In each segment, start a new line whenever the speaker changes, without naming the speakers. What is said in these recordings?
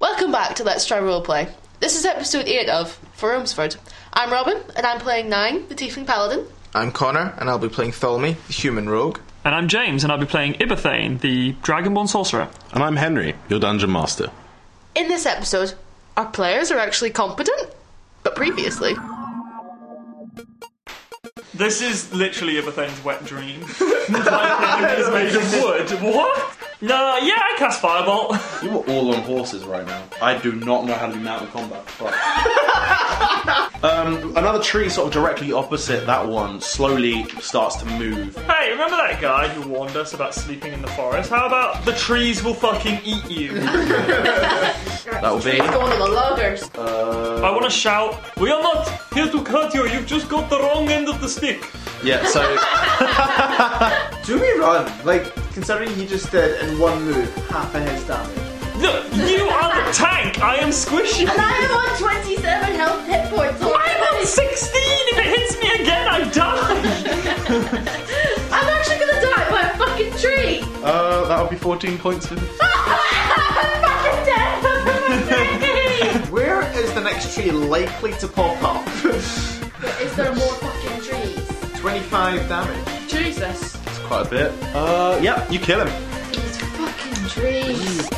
Welcome back to Let's Try Roleplay. This is episode 8 of For Romsford. I'm Robin, and I'm playing Nine, the Tiefling Paladin.
I'm Connor, and I'll be playing Tholme, the human rogue.
And I'm James, and I'll be playing Ibathane, the Dragonborn Sorcerer.
And I'm Henry, your dungeon master.
In this episode, our players are actually competent, but previously.
This is literally Ibathane's wet dream. is made of wood. What? No, yeah, I cast Fireball.
You are all on horses right now. I do not know how to do mountain combat. Fuck. um, another tree, sort of directly opposite that one, slowly starts to move.
Hey, remember that guy who warned us about sleeping in the forest? How about the trees will fucking eat you?
That will be.
Going on the loggers.
I want to shout, we are not here to cut you, you've just got the wrong end of the stick.
Yeah, so.
Do we run? Like, considering he just did in one move half of his damage.
No, you are the tank, I am squishy.
And I'm on 27 health hit points.
I'm on 16, if it hits me again, I die.
I'm actually gonna die by a fucking tree.
Uh, that'll be 14 points for.
I'm fucking dead. I'm fucking
Where is the next tree likely to pop up?
dead. Is there more fucking trees?
25 damage.
Jesus.
It's quite a bit. Uh, yeah, you kill him.
These fucking trees.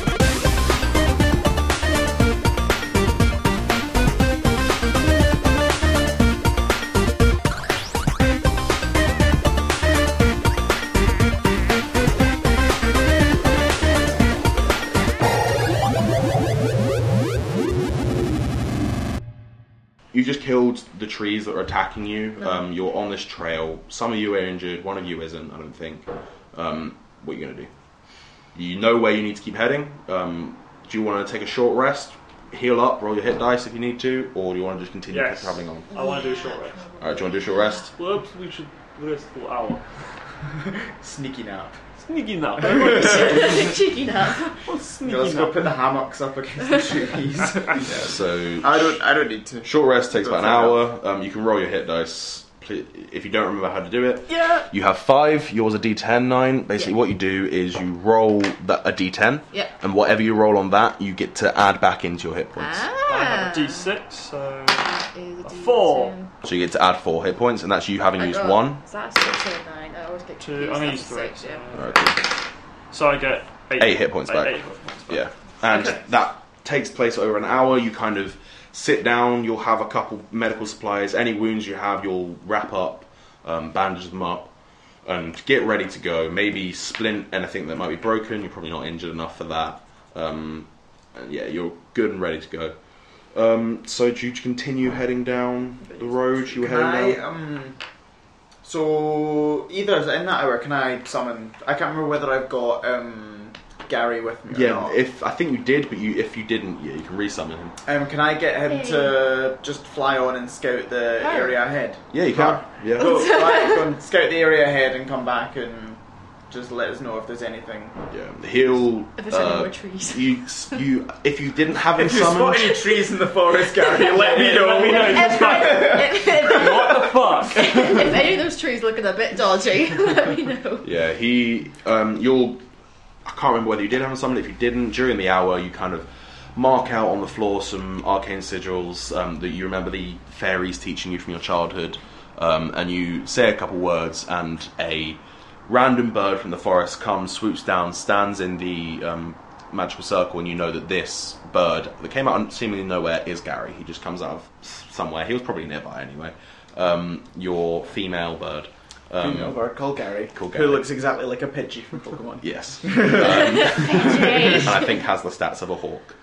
You just killed the trees that are attacking you. Um, you're on this trail. Some of you are injured, one of you isn't, I don't think. Um, what are you going to do? You know where you need to keep heading. Um, do you want to take a short rest, heal up, roll your hit dice if you need to, or do you want to just continue
Yes.
traveling on?
I want to do a short rest.
Alright, do you want to do a short rest?
Perhaps we should rest for hour.
Sneaking up.
Sneaky now.
Cheeky nut.
What's
Yeah, let's
sneaky
go
now?
put the hammocks up against the trees.
Yeah, so
I don't. I don't need to.
Short rest takes about an
Fair
hour. Um, you can roll your hit dice. Pl- If you don't remember how to do it,
Yeah.
you have five. Yours a D10 nine. Basically,
Yeah.
what you do is you roll that a D10,
Yeah.
and whatever you roll on that, you get to add back into your hit points.
I have a
Ah.
d6, so.
A
four.
So you get to add four hit points, and that's you having
Oh,
used one.
Is that a six or a nine? I always get
Two,
confused.
I'm gonna
That's
use
a
three.
six,
so-
yeah.
Alright, cool.
So I get eight,
Eight hit points
eight-
back.
eight hit points back.
Yeah, and that takes place over an hour. You kind of sit down. You'll have a couple medical supplies. Any wounds you have, you'll wrap up, um, bandage them up, and get ready to go. Maybe splint anything that might be broken. You're probably not injured enough for that. Um, and yeah, you're good and ready to go. Um, so do you continue heading down the road you were
Can I,
heading down?
um, so either in that hour, can I summon? I can't remember whether I've got um, Gary with me. or
Yeah,
not.
if I think you did, but you if you didn't, yeah, you can resummon him.
um, can I get him to just fly on and scout the
Hey.
area ahead?
Yeah, you can. Yeah.
Go, fly, go and scout the area ahead and come back and just let us know if there's anything.
Yeah, he'll.
If there's any
uh,
more trees.
You, you, if you didn't have him
If you spot
summoned,
any trees in the forest, Gary, let me know.
Let me know. Just like,
If, if,
what the fuck?
if any of those trees looking a bit dodgy, let me know.
yeah, he, um, you'll. I can't remember whether you did have him summoned. If you didn't, during the hour, you kind of mark out on the floor some arcane sigils um, that you remember the fairies teaching you from your childhood, um, and you say a couple words, and a random bird from the forest comes, swoops down, stands in the um, magical circle, and you know that this bird that came out of seemingly nowhere is Gary. He just comes out of s- somewhere. He was probably nearby anyway. Um, your female bird. Um,
You know, or call Gary,
Call Gary.
who looks exactly like a Pidgey from Pokemon.
Yes. Um, and I think has the stats of a hawk.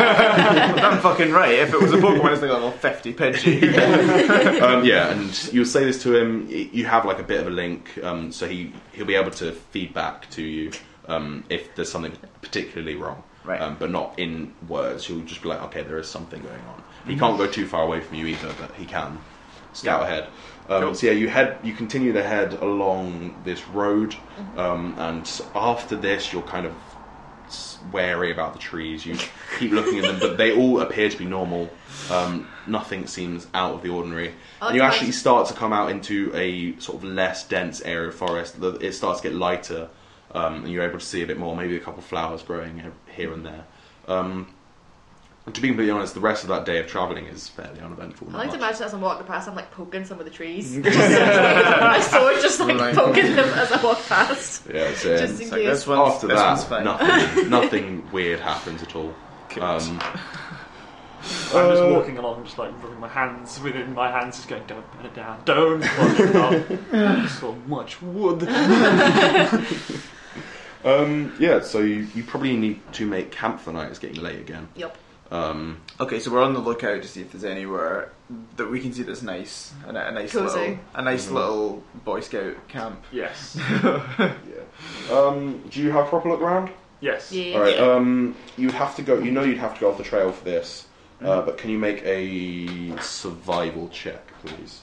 I'm fucking right. If it was a Pokemon, it's like oh, level 50 Pidgey.
Um, yeah, and you'll say this to him. y- You have like a bit of a link, um, so he he'll be able to feed back to you um, if there's something particularly wrong.
Right.
Um, but not in words. He'll just be like, okay, there is something going on. He can't go too far away from you either, but he can scout ahead. Um,
Cool.
So yeah, you head you continue to head along this road,
Mm-hmm.
um, and after this, you're kind of s- wary about the trees. You keep looking at them, but they all appear to be normal. Um, nothing seems out of the ordinary.
Oh,
and you
nice.
actually start to come out into a sort of less dense area of forest. The- It starts to get lighter, um, and you're able to see a bit more. Maybe a couple flowers growing he- here and there. Um, And to be completely honest, the rest of that day of travelling is fairly uneventful.
I like to
Not much.
imagine as I'm walking past, I'm like poking some of the trees. My sword just like
Right.
poking them as I walk past.
Yeah, it's, um,
Just in
It's like,
case.
this one's,
after
this one's
that,
fine.
nothing, nothing weird happens at all. Um,
I'm just walking along, just like rubbing my hands within my hands, just going, don't put it down, don't put it down. so much wood.
um, yeah, so you, you probably need to make camp for the night. It's getting late again.
Yup.
Um,
Okay, so we're on the lookout to see if there's anywhere that we can see that's nice, a, a nice
Cozy.
little, a nice little Boy Scout camp.
Yes.
yeah. um, do you have a proper look around?
Yes.
Yeah.
All right. Um, you'd have to go. You know, you'd have to go off the trail for this. Uh, but can you make a survival check, please?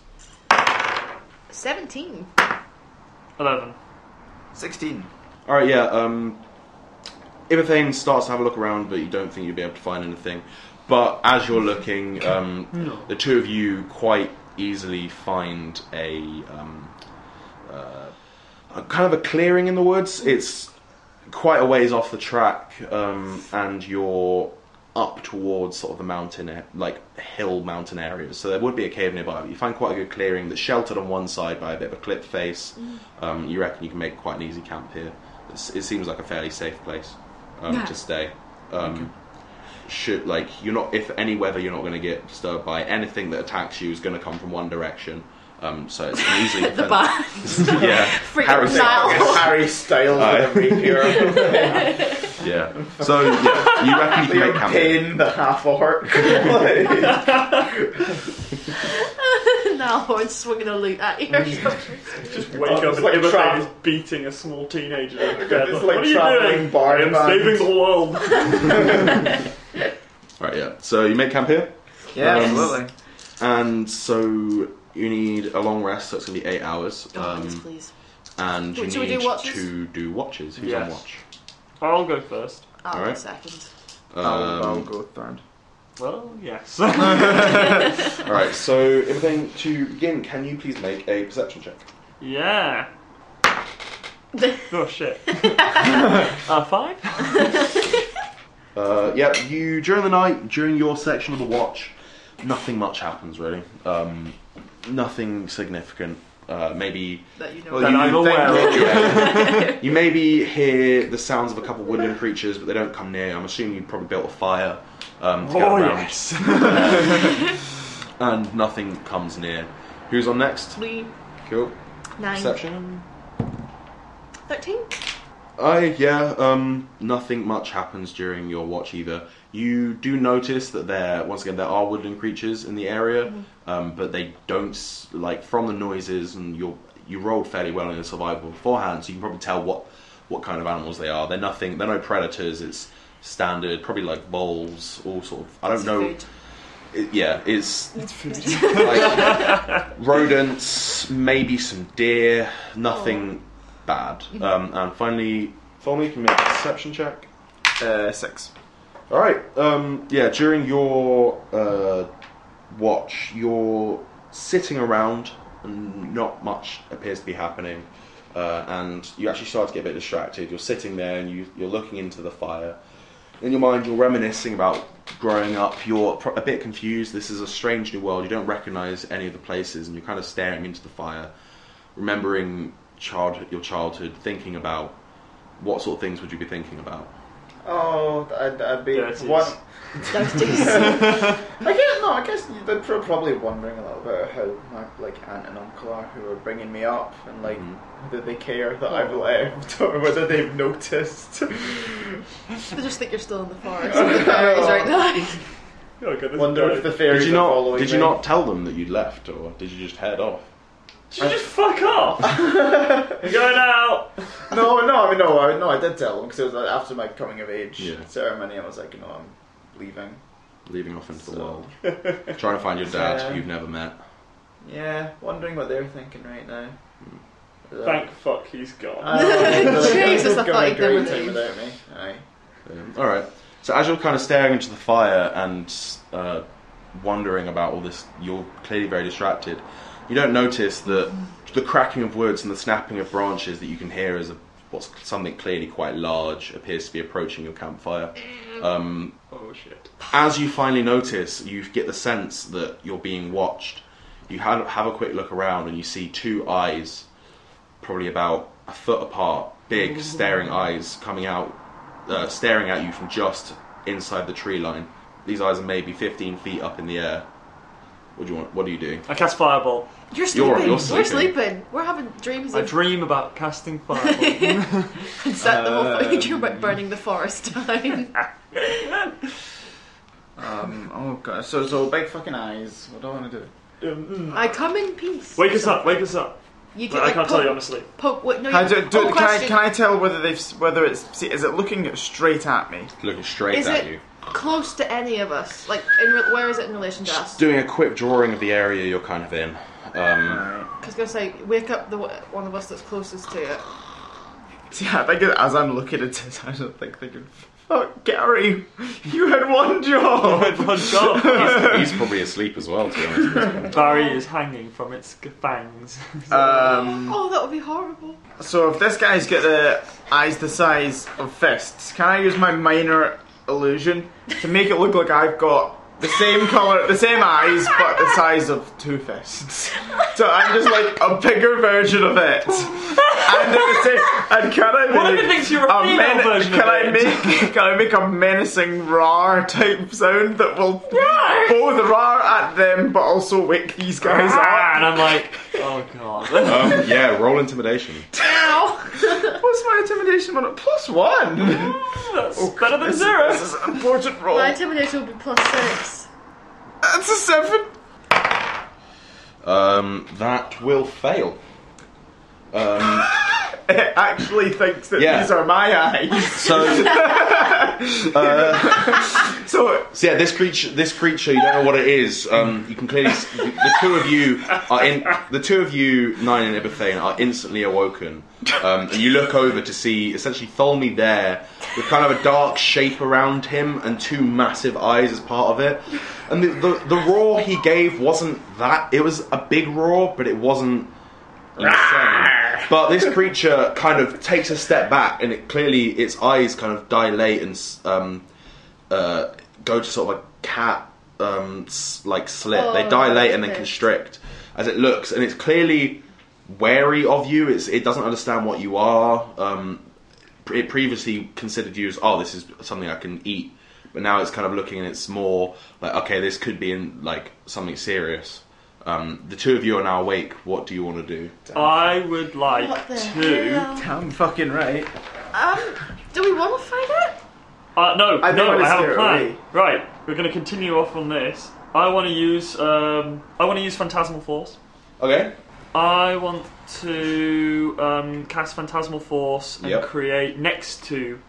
17.
11.
Sixteen.
All right, yeah. Um, Ibethane starts to have a look around, but you don't think you'll be able to find anything. But as you're looking, um, the two of you quite easily find a, um, uh, a kind of a clearing in the woods. It's quite a ways off the track, um, and you're up towards sort of the mountain, a- like hill mountain areas. So there would be a cave nearby, but you find quite a good clearing that's sheltered on one side by a bit of a cliff face.
Mm.
Um, you reckon you can make quite an easy camp here. It's, it seems like a fairly safe place um,
Yeah.
to stay. Um, should like you're not if any weather you're not going to get disturbed by anything that attacks you is going to come from one direction. Um, so it's an easily
The bar.
yeah,
Freaking
Harrison.
Nile.
Harry Styles
Aye.
with a rapier.
Yeah. So yeah, you reckon you can make
You're
camp. here.
paying the half orc. Like,
now horn swinging a loot at you or something.
Just wake
Oh,
up
it's
and
like
Ibethane
Trav-
is beating a small teenager. Like,
it's
what
like
are you
travelling
doing?
bar
I am
band."
saving the world.
Right. Yeah. So you make camp here.
yeah,
Um,
absolutely.
And so you need a long rest, so it's gonna be eight hours.
Oh, yes,
Um,
please.
and you
Wait, should we
need
do watches?
to do watches. Who's on
Yes.
watch?
I'll go first.
I'll
all
go
right.
second.
Oh, I'll, I'll
Um,
go third.
Well, yes.
all right. So everything to begin. Can you please make a perception check?
yeah. Oh shit. uh, five?
Uh, yep. You during the night, during your section of the watch, nothing much happens really. Um, nothing significant. Uh, maybe
That you know.
Well,
Then
you
I'm
think
aware
that-
You maybe hear the sounds of a couple of woodland creatures, but they don't come near. I'm assuming you probably built a fire um, to get
Oh
around,
yes.
and nothing comes near. Who's on next?
Three,
Cool.
nine,
Perception.
thirteen.
I yeah. Um, nothing much happens during your watch either. You do notice that there once again there are woodland creatures in the area,
Mm-hmm.
um, but they don't s- like from the noises and your you rolled fairly well in the survival beforehand, so you can probably tell what what kind of animals they are. They're nothing. They're no predators. It's standard, probably like voles, all sort of. I don't
It's
know.
food.
It- yeah, it's, like rodents, maybe some deer, nothing bad. Um, and finally, Folmy can make a perception check.
Uh, six.
All right. Um, yeah, during your uh, watch, you're sitting around and not much appears to be happening. Uh, and you actually start to get a bit distracted. You're sitting there and you, you're looking into the fire. In your mind, you're reminiscing about growing up. You're pro- a bit confused. This is a strange new world. You don't recognize any of the places, and you're kind of staring into the fire, remembering childhood, your childhood, thinking about what sort of things would you be thinking about.
Oh, I'd, I'd be
Dirties.
one.
That's decent.
I guess no. I guess they're pro- probably wondering a little bit how my like aunt and uncle are who are bringing me up and like
Mhm.
whether they care
Oh.
that I've left or whether they've noticed.
they just think you're still in the forest. The fairies right now.
Oh, God, this
Wonder
guy.
if the fairies
Did you
are
not?
following
Did you
me.
not tell them that you'd left, or did you just head off?
Should you just fuck off? I'm going out.
No, no. I mean, no, I, no. I did tell them because it was like, after my coming of age
Yeah.
ceremony. I was like, you know, I'm leaving.
Leaving off into the
So-
world, trying to find your dad
Yeah.
who you've never met.
Yeah, wondering what they're thinking right now.
Mm.
Thank fuck he's gone.
I know, they're like,
Jesus,
they've
I
got
thought
a
you'd never
great time
leave.
without me. Aye.
Um, all right. So as you're kind of staring into the fire and uh, wondering about all this, you're clearly very distracted. You don't notice that the cracking of woods and the snapping of branches that you can hear as a, what's something clearly quite large appears to be approaching your campfire. Um,
Oh shit.
as you finally notice, you get the sense that you're being watched. You have, have a quick look around and you see two eyes, probably about a foot apart, big staring eyes coming out, uh, staring at you from just inside the tree line. These eyes are maybe 15 feet up in the air. What do you want? What do you do?
I cast fireball.
You're-
You're sleeping.
you're
We're
sleeping.
sleeping. We're having dreams
I
of
dream about casting fireball.
and set the whole thing.
Um,
You're about burning the forest down.
Um, oh god, so so big fucking eyes. What do I want to do?
Um,
I come in peace.
wake us up! Wake us up!
You
But I
like,
can't
poke,
tell you, I'm asleep.
Poke, what, no,
Can I
you,
do, do- can,
oh,
I,
question.
can I tell whether they've s- whether it's see, is it looking straight at me?
Looking straight
Is
at
it
you.
close to any of us? Like, in re- where is it in relation to us?
Just doing a quick drawing of the area you're kind of in. Um,
Right.
I was gonna say, wake up the w- one of us that's closest to it.
See, I think it- as I'm looking at it, I'm just like thinking, "Fuck, Gary, you had one job."
One shot.
he's, he's probably asleep as well, to be honest.
Barry is hanging from its g- fangs.
um,
Oh, that would be horrible.
so if this guy's got the eyes the size of fists, can I use my minor illusion to make it look like I've got? The same color, the same eyes, but the size of two fists. So I'm just like a bigger version of it. And, at the same, and can I
One of
make-
the things you're
a
a female
men-
version
can
of
I
it.
make can I make a menacing roar type sound that will both roar at them but also wake these guys
Ah, and
up?
I'm like, oh god.
Um, yeah, roll intimidation.
What's my intimidation on it? Plus one.
That's better than zero.
This is an important roll.
My intimidation will be plus six.
That's a seven.
Um, that will fail. Um,
It actually thinks that
Yeah.
these are my eyes.
so, uh,
So
so yeah, this creature, this creature, you don't know what it is. Um, you can clearly, s- the two of you are in, the two of you, Nine and Ibithane, are instantly awoken. Um, and you look over to see essentially Tholme there, with kind of a dark shape around him and two massive eyes as part of it. And the, the, the roar he gave wasn't that; it was a big roar, but it wasn't. insane. But this creature kind of takes a step back, and it clearly its eyes kind of dilate and s- um, uh, go to sort of a cat um, s- like slit. they
Oh,
dilate and then
okay.
constrict as it looks, and it's clearly wary of you. It's, it doesn't understand what you are. Um, it previously considered you as oh this is something I can eat, but now it's kind of looking and it's more like okay this could be in like something serious. Um, the two of you are now awake. What do you want to do?
I would like
What the
to.
hell?
I'm fucking right.
Um, do we want to fight it?
Uh, no,
I don't
no,
wanna
I have
scare
a
it
plan.
away.
Right, we're going to continue off on this. I want to use. Um, I want to use phantasmal force.
Okay.
I want to um, cast Phantasmal Force and
Yep.
create next to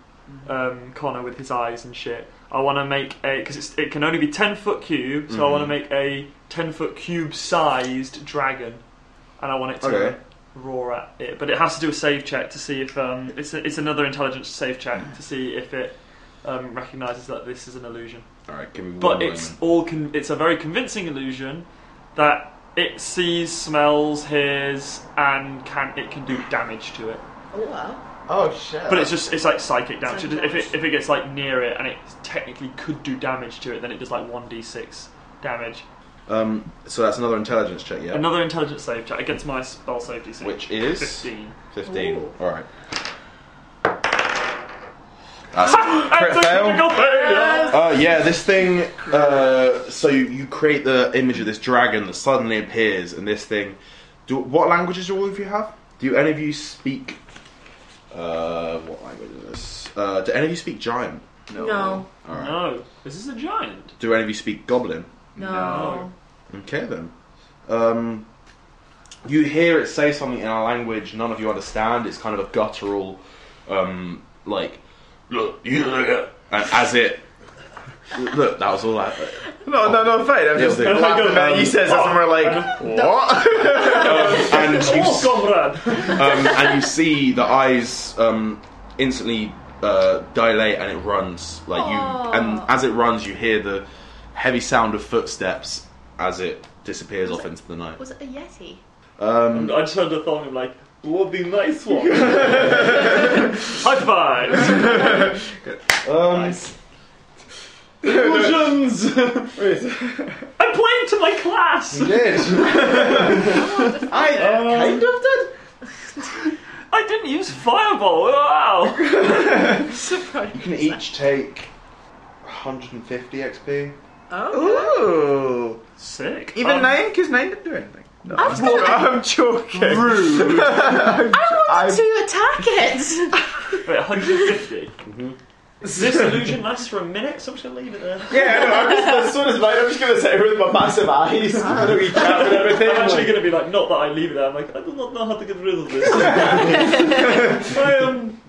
um, Connor with his eyes and shit. I want to make a because it can only be ten foot cube, so I
Mm-hmm.
want to make a ten foot cube sized dragon, and I want it to
Okay.
roar at it. But it has to do a save check to see if um, it's a, it's another intelligence save check to see if it um, recognizes that this is an illusion.
All right. Give me one
But
moment.
it's all con- it's a very convincing illusion that it sees, smells, hears, and can it can do damage to it.
Oh wow.
Oh shit.
But it's just it's like psychic damage.
Psychic
If it
damage.
if it gets like near it and it technically could do damage to it, then it does like one d six damage.
um, so that's another intelligence check. Yeah.
Another intelligence save check against my spell save DC,
Which is?
fifteen.
Fifteen.
Ooh.
All right. That's
It's a critical failure.
Uh, yeah, this thing. Uh, so you, you create the image of this dragon that suddenly appears, and this thing. Do, what languages do all of you have? Do any of you speak? Uh, what language is this? Uh, do any of you speak giant?
No.
All right.
No, this is a giant.
Do any of you speak goblin?
No.
No.
Okay then. Um, you hear it say something in a language none of you understand. It's kind of a guttural, um, like, look, you look at-" and as it. Look, that was all that.
No, no, no, fine. I'm just
Yeah, but-
laughing at
Um,
you says this and we're like, what?
And you
Oh, comrade.
um, and you see the eyes um, instantly uh, dilate and it runs like you
Aww.
and as it runs you hear the heavy sound of footsteps as it disappears off into the night
Was it a yeti?
um,
I turned to Thong and I'm like, what the nice one? High five!
um, Illusions!
I'm playing to my class.
did.
I kind of did.
I didn't use fireball. Wow.
You can each take 150 XP.
Oh.
Ooh.
Sick.
Even
Um,
nine, because nine didn't do anything. No,
I was gonna-
I'm joking. Rude.
I wanted to attack it.
Wait, 150.
Mm-hmm.
This illusion lasts for a minute, so I'm just gonna leave it there.
Yeah, no, I'm just, as soon as mine, I'm just gonna sit here with my massive eyes and a wee cap and everything.
I'm actually going to be like, not that I leave it there. I'm like, I do not know how to get rid of this. I am.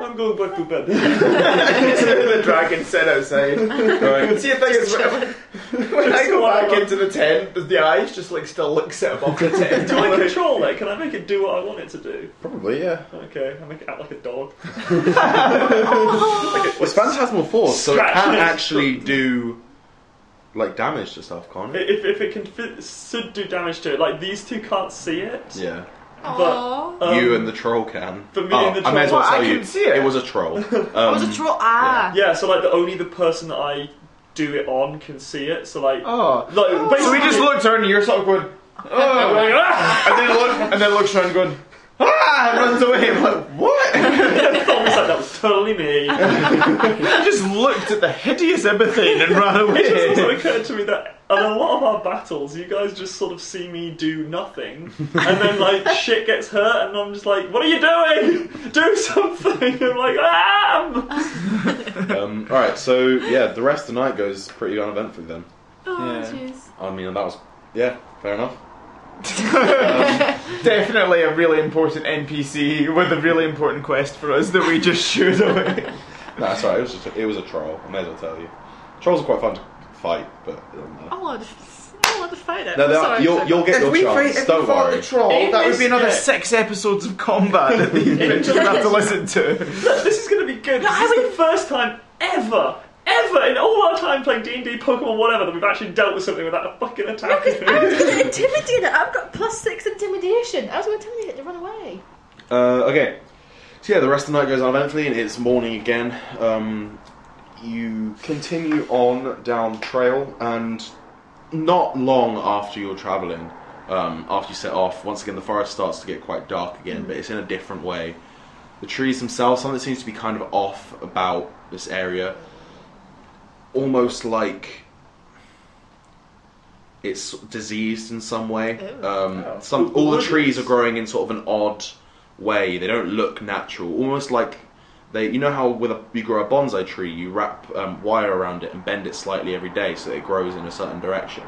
I'm going back to bed.
the dragon set outside.
Right.
See, the thing is, when, when I go back into the tent, the- the eyes just like still look set above the tent.
Do I control it? Can I make it do what I want it to do?
Probably, yeah.
Okay, I make it act like a dog.
Well, it's phantasmal force, so it
Scratch
can
it.
actually do like damage to stuff, can't it?
If, if it can fit, should do damage to it, like these two can't see it.
Yeah.
Aww.
Um,
you and the troll can.
but me
oh,
and the
I may as
troll-
well
Well, I
tell you,
can see it.
was a troll.
It was a troll. Ah.
Yeah, so like the only the person that I do it on can see it. So like,
Oh.
like basically,
So we just looked around and you're sort of going,
I'm
oh.
like, ah!
And then, look, and then looks around going, ah, and runs away. I'm like, what?
Almost like that was totally me.
I just looked at the hideous everything and ran
It just also
away.
occurred to me that in a lot of our battles, you guys just sort of see me do nothing, and then like shit gets hurt, and I'm just like, "What are you doing? Do something!" I'm like, "Ah!" "I am."
um, all right, so yeah, the rest of the night goes pretty uneventfully. Then
Oh,
Yeah.
jeez.
I mean, that was yeah, fair enough.
Definitely a really important NPC with a really important quest for us that we just shooed away.
No, sorry, it was just it was a troll. I may as well tell you, trolls are quite fun to fight, but um,
I wanted to, I wanted to fight it.
no,
I'm
they are-
Oh, sorry,
you'll you'll get your chance. Don't worry.
troll,
If
that
we
would be another
skip-
six episodes of combat that the adventurers have to listen to.
Look, this is going to be good.
No,
this
I
is the first time ever, ever in all our time playing D and D, Pokemon, whatever, that we've actually dealt with something without a fucking attack.
I was going to intimidate it. I've got plus six intimidation. I was going to intimidate it to run away.
Uh, okay. So yeah, the rest of the night goes on eventually, and it's morning again. Um, you continue on down the trail, and not long after you're traveling, um, after you set off, once again the forest starts to get quite dark
Mm.
again, but it's in a different way. The trees themselves, something seems to be kind of off about this area, almost like it's diseased in some way. Um, Some all the trees are growing in sort of an odd way. They don't look natural, almost like they. You know how with a, you grow a bonsai tree, you wrap um, wire around it and bend it slightly every day so that it grows in a certain direction.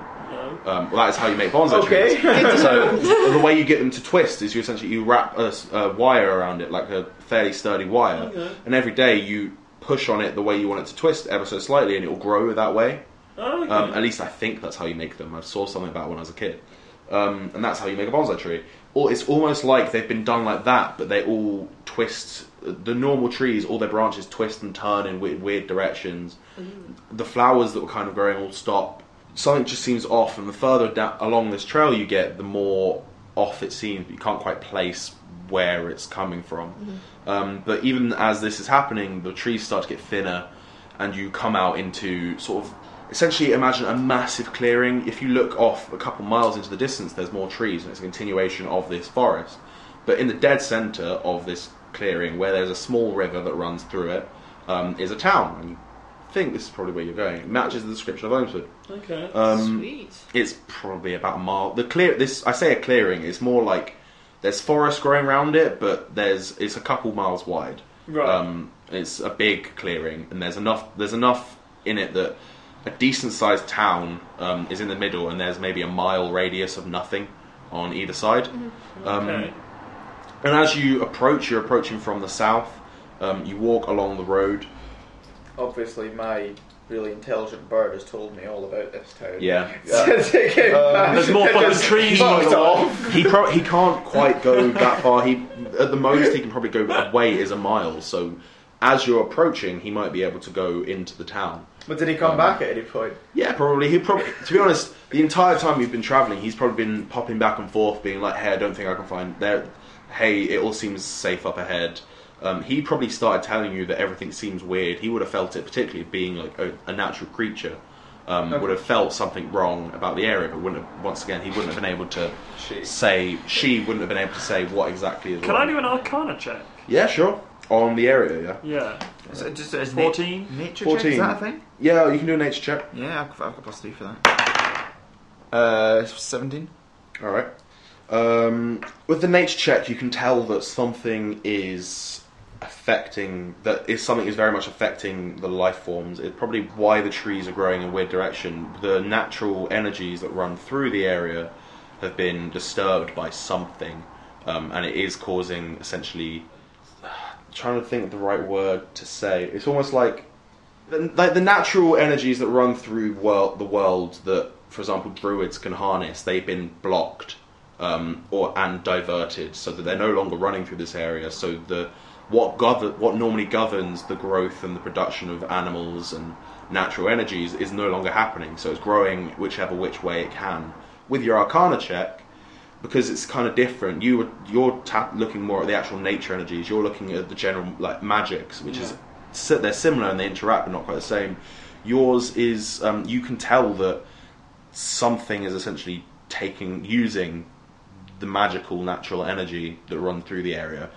Um, well, that is how you make bonsai
Okay.
trees. so the way you get them to twist is you essentially you wrap a, s- a wire around it, like a fairly sturdy wire, and every day you push on it the way you want it to twist ever so slightly, and it will grow that way.
Oh, okay.
Um, at least I think that's how you make them. I saw something about it when I was a kid, um, and that's how you make a bonsai tree. Or it's almost like they've been done like that, but they all twist. The normal trees, all their branches twist and turn in weird, weird directions.
Mm.
The flowers that were kind of growing all stop. Something just seems off, and the further da- along this trail you get, the more off it seems. But you can't quite place where it's coming from.
Mm-hmm.
Um, but even as this is happening, the trees start to get thinner, and you come out into sort of essentially imagine a massive clearing. If you look off a couple miles into the distance, there's more trees, and it's a continuation of this forest. But in the dead center of this clearing, where there's a small river that runs through it, um, is a town. And you think this is probably where you're going. It matches the description of Olmsford.
okay.
Um,
Sweet.
it's probably about a mile. The clear this I say a clearing. It's more like there's forest growing around it, but there's it's a couple miles wide.
Right.
Um, it's a big clearing, and there's enough there's enough in it that a decent sized town um, is in the middle, and there's maybe a mile radius of nothing on either side.
Mm-hmm.
Um,
okay.
and as you approach, you're approaching from the south. Um, you walk along the road.
Obviously, my really intelligent bird has told me all about this town. Um,
Yeah.
Since it came back,
There's more
it
fucking
just
trees
fucked
on the wall.
off.
he pro- he can't quite go that far. He at the most he can probably go away is a mile. So as you're approaching, he might be able to go into the town.
But did he come back at any point?
Yeah, probably. He probably to be honest, the entire time we've been traveling, he's probably been popping back and forth, being like, "Hey, I don't think I can find there. Hey, it all seems safe up ahead." um, he probably started telling you that everything seems weird. He would have felt it, particularly being like a, a natural creature, um, would have felt something wrong about the area, but wouldn't have, once again he wouldn't have been able to
She.
say. She wouldn't have been able to say what exactly is
Can
wrong.
I do an Arcana check?
Yeah, sure. On the area, yeah.
Yeah.
Is it just is
14?
Na- nature check?
14.
Is that a thing?
Yeah, you can do a nature check.
Yeah, I've got, I've got plus three for that. Uh, seventeen.
All right. Um, with the nature check, you can tell that something is affecting that is something is very much affecting the life forms. It's probably why the trees are growing in a weird direction. The natural energies that run through the area have been disturbed by something, um, and it is causing essentially. Trying to think of the right word to say. It's almost like the, like the natural energies that run through world, the world that, for example, druids can harness, they've been blocked um, or and diverted, so that they're no longer running through this area. So the what govern, what normally governs the growth and the production of animals and natural energies is no longer happening. So it's growing whichever which way it can. With your Arcana check, because it's kind of different. You were- you're tap- looking more at the actual nature energies. You're looking at the general like magics, which is si- they're similar and they interact, but not quite the same. Yours is um, you can tell that something is essentially taking using the magical natural energy that run through the area.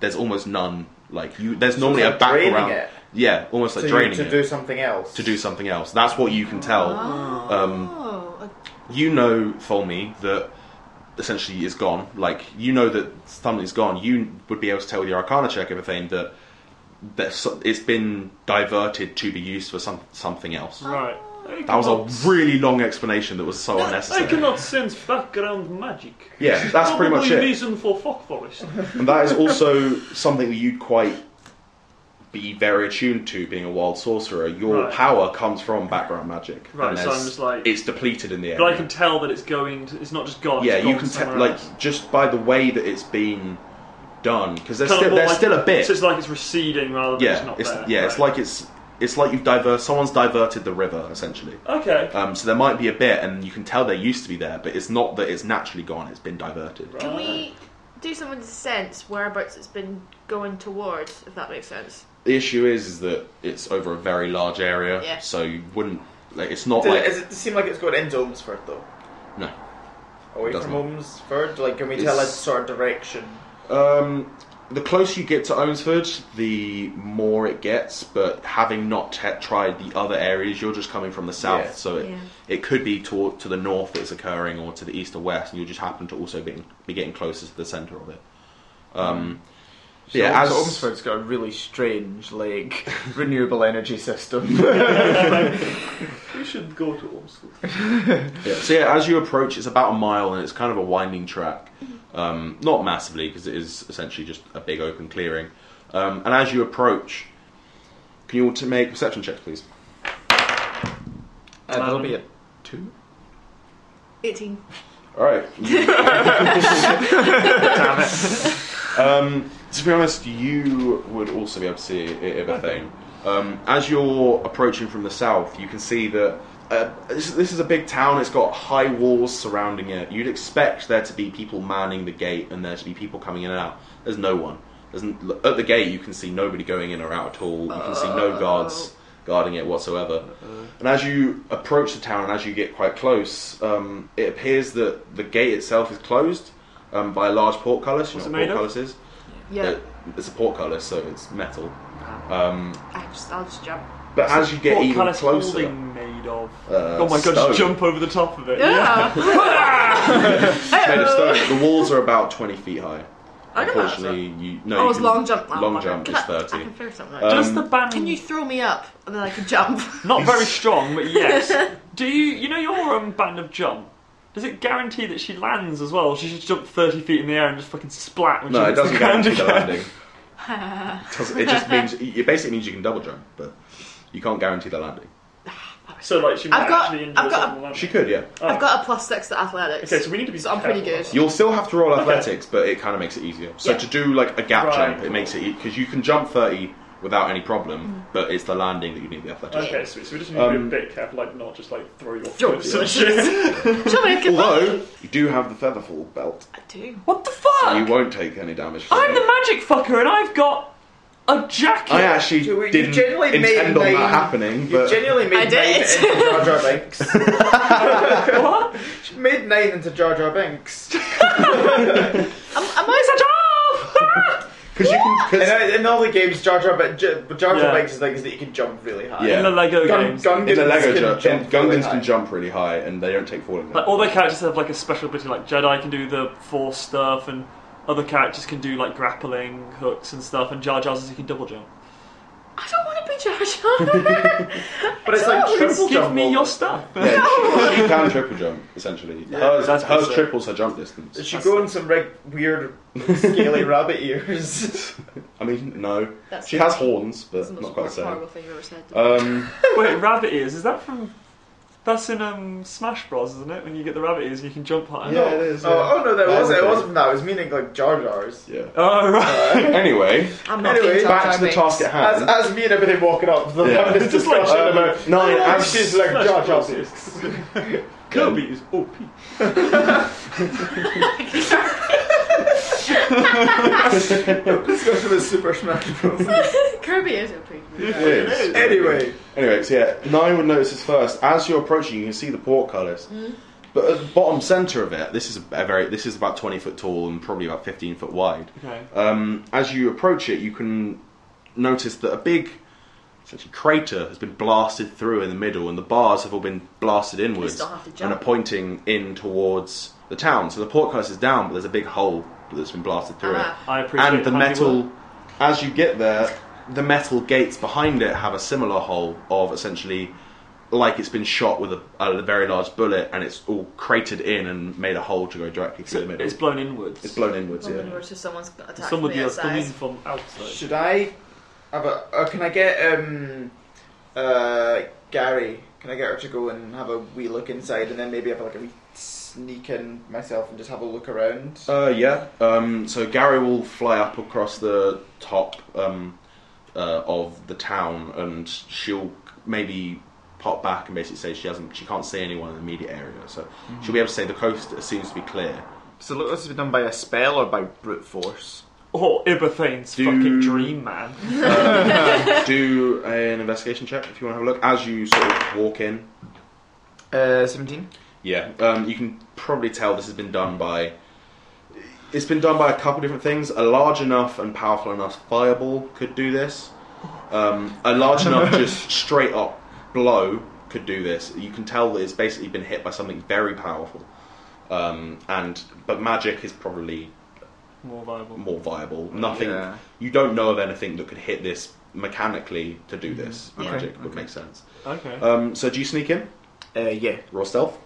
There's almost none. Like you, there's normally
like
a background.
draining it.
Yeah, almost like
So you
draining
need to
it
do something else.
to do something else. That's what you can tell.
Ah.
Um,
Oh, like,
you know Folmi that essentially is gone. Like you know that something's gone. You would be able to tell with your Arcana check everything that that so- it's been diverted to be used for some something
Oh.
else.
Right. I
That was
cannot-
a really long explanation that was so
I
unnecessary.
cannot sense background magic.
Yeah, that's pretty much
Probably
it.
reason for Fog Forest.
And that is also something that you'd quite be very attuned to being a wild sorcerer. Your
Right.
power comes from background magic.
Right,
and
so I'm
there's-
just like-
it's depleted in the area.
but I can tell that it's going to. It's not just gone.
yeah,
it's
you
gone
can tell,
somewhere
like,
else.
just by the way that it's been done, because there's
Kind of
still
more
there's
like-
still a bit.
So it's like it's receding rather than it's
yeah,
not
it's,
there.
yeah, it's
Right.
like it's it's like you've diver someone's diverted the river essentially.
Okay.
Um, so there might be a bit, and you can tell there used to be there, but it's not that it's naturally gone. It's been diverted.
can
Right.
we do someone to sense whereabouts it's been going towards, if that makes sense?
The issue is, is that it's over a very large area,
Yeah.
so you wouldn't like it's not
Does
like
it, does it seem like it's going into Olmsford though?
no.
Away
Doesn't.
from Olmsford? Like, can we tell
It's-
us sort of direction?
Um, the closer you get to Owensford, the more it gets. But having not te- tried the other areas, you're just coming from the south,
Yeah.
so it,
Yeah.
it could be to, to the north that it's occurring, or to the east or west, and you just happen to also be, be getting closer to the centre of it. Um,
So
yeah,
yeah,
as
Olmsford's got a really strange, like, renewable energy system.
Um, We should go to Olmsted.
Yeah, so yeah, as you approach, it's about a mile and it's kind of a winding track. Um, not massively because it is essentially just a big open clearing. Um, and as you approach, can you all to make perception checks, please?
Uh, that'll be a two.
18.
All right. Um, to be honest, you would also be able to see it, Ibethane. Um, as you're approaching from the south, you can see that uh, this, this is a big town. It's got high walls surrounding it. You'd expect there to be people manning the gate and there to be people coming in and out. There's no one. There's n- at the gate, you can see nobody going in or out at all. You can see
Oh.
no guards guarding it whatsoever.
Uh-huh.
And as you approach the town, and as you get quite close, um, it appears that the gate itself is closed um, by a large portcullis. You
What's
know
it
what
made of?
portcullis is?
Yeah.
It- it's a portcullis, so it's metal. Um,
I just, I'll just jump.
but as you get
what
even
kind of
closer,
holding made of?
Uh,
oh my god,
stone.
just jump over the top of it.
Yeah.
it's made of stone. The walls are about twenty feet high.
I know that.
Unfortunately, you no.
Oh,
you
it's
can-
long jump. now.
Long
Okay.
jump
Can
is
I- I
thirty.
can figure something out.
Um,
Does the ban?
Can you throw me up and then I can jump?
Not very strong, but yes. Do you you know your um, band of jump? Does it guarantee that she lands as well? She should jump thirty feet in the air and just fucking splat when she
no, it
hits
doesn't
the ground
guarantee the
again.
landing. It doesn't- it just means it basically means you can double jump, but you can't guarantee the landing.
So like she might
I've got-
actually injure
I've got
herself
a-
on the landing.
She could, yeah.
I've got a plus six to athletics.
Okay, so we need to be.
So I'm pretty
careful.
good.
You'll still have to roll athletics, but it kind of makes it easier. So
Yeah.
to do like a gap
Right.
jump, it makes it because you e, can jump thirty without any problem,
Mm.
but it's the landing that you need the athletic.
Okay, so, so we just need to
Um,
be a bit careful, like not just like throw your
Yo,
flips and shit.
Somebody can
Although you do have the featherfall belt,
I do.
What the fuck?
so you won't take any damage. From
I'm
it.
the magic fucker, and I've got a jacket.
I actually
You- you
didn't
generally made
intend on
my-
that happening,
You
but
genuinely made
I
nine
did.
into Jar Jar Binks.
what?
made nine into Jar Jar Binks.
Am, am I such a
because you can,
And
cause
I- in all the games, Jar Jar, Bin- Jar Jar,
Yeah.
Jar Binks is like is that you can jump really high.
Yeah.
In the Lego
Gun,
games.
Gungans
in the Lego
can
jump, in
jump really
Gungans
high.
can jump really high and they don't take falling.
Like all their characters have like a special ability, like Jedi can do the force stuff, and other characters can do like grappling hooks and stuff, and Jar Jar says he can double jump.
I don't want to be Jar Jar.
But it's like triple
Give
jump.
me
all-
your stuff.
Yeah, she- she can triple jump essentially. hers
that's
hers
good.
triples her jump
It
distance.
should go in some like weird scaly rabbit ears.
I mean, no,
That's
she has horns, but not quite the same.
horrible thing you've ever said.
Um,
Wait, rabbit ears? Is that from? That's in um, Smash Bros, isn't it? When you get the rabbit ears, and you can jump high.
yeah, it is.
Oh, oh no, that
Yeah,
wasn't. It
okay.
wasn't from that. I was meaning like Jar Jars.
Yeah. Uh,
Oh right.
Anyway,
I'm not
anyway,
being Jar
back
Jar
to the
Binks.
task at
As,
hand.
as me and everything walking up, the
Yeah.
feminist
Just like
discussion
Um,
about-
nine
Oh,
abs-
she's like oh, Jar Jar.
Kirby is OP.
Discussion with Super Smash Bros.
Kirby is OP.
It is.
anyway,
Anyway, so yeah, nine would notice this first. As you're approaching, you can see the portcullis.
Hmm.
But at the bottom centre of it, this is a very this is about twenty foot tall and probably about fifteen foot wide.
Okay.
Um, as you approach it, you can notice that a big essentially crater has been blasted through in the middle, and the bars have all been blasted inwards
still have to jump.
and are pointing in towards the town. So the portcullis is down, but there's a big hole that's been blasted through
Ah.
it
I appreciate.
and the
handiwork.
metal as you get there the metal gates behind it have a similar hole of essentially like it's been shot with a, a very large bullet and it's all cratered in and made a hole to go directly
So
through the middle
it's blown inwards.
It's blown inwards
Well,
yeah
were to someone's attacking
Somebody
me
else coming
outside.
from outside.
should I have a? Or can I get um, uh, Gary? Can I get her to go and have a wee look inside, and then maybe have like a wee sneak in myself and just have a look around?
uh, yeah um, so Gary will fly up across the top um, uh, of the town and she'll maybe pop back and basically say she hasn't she can't see anyone in the immediate area so she'll be able to say the coast seems to be clear
So look, this has been done by a spell or by brute force.
Oh, Iberthane's
Do-
fucking dream man.
do an investigation check if you want to have a look as you sort of walk in.
Uh, seventeen.
Yeah, um, you can probably tell this has been done by. It's been done by a couple different things. A large enough and powerful enough fireball could do this. Um, a large enough just straight up blow could do this. You can tell that it's basically been hit by something very powerful. Um, and but magic is probably
More viable.
more viable. Nothing.
Yeah.
You don't know of anything that could hit this mechanically to do this.
Mm-hmm. Okay,
Magic would
okay.
make sense.
Okay.
Um, so do you sneak in?
Uh, yeah.
Raw stealth?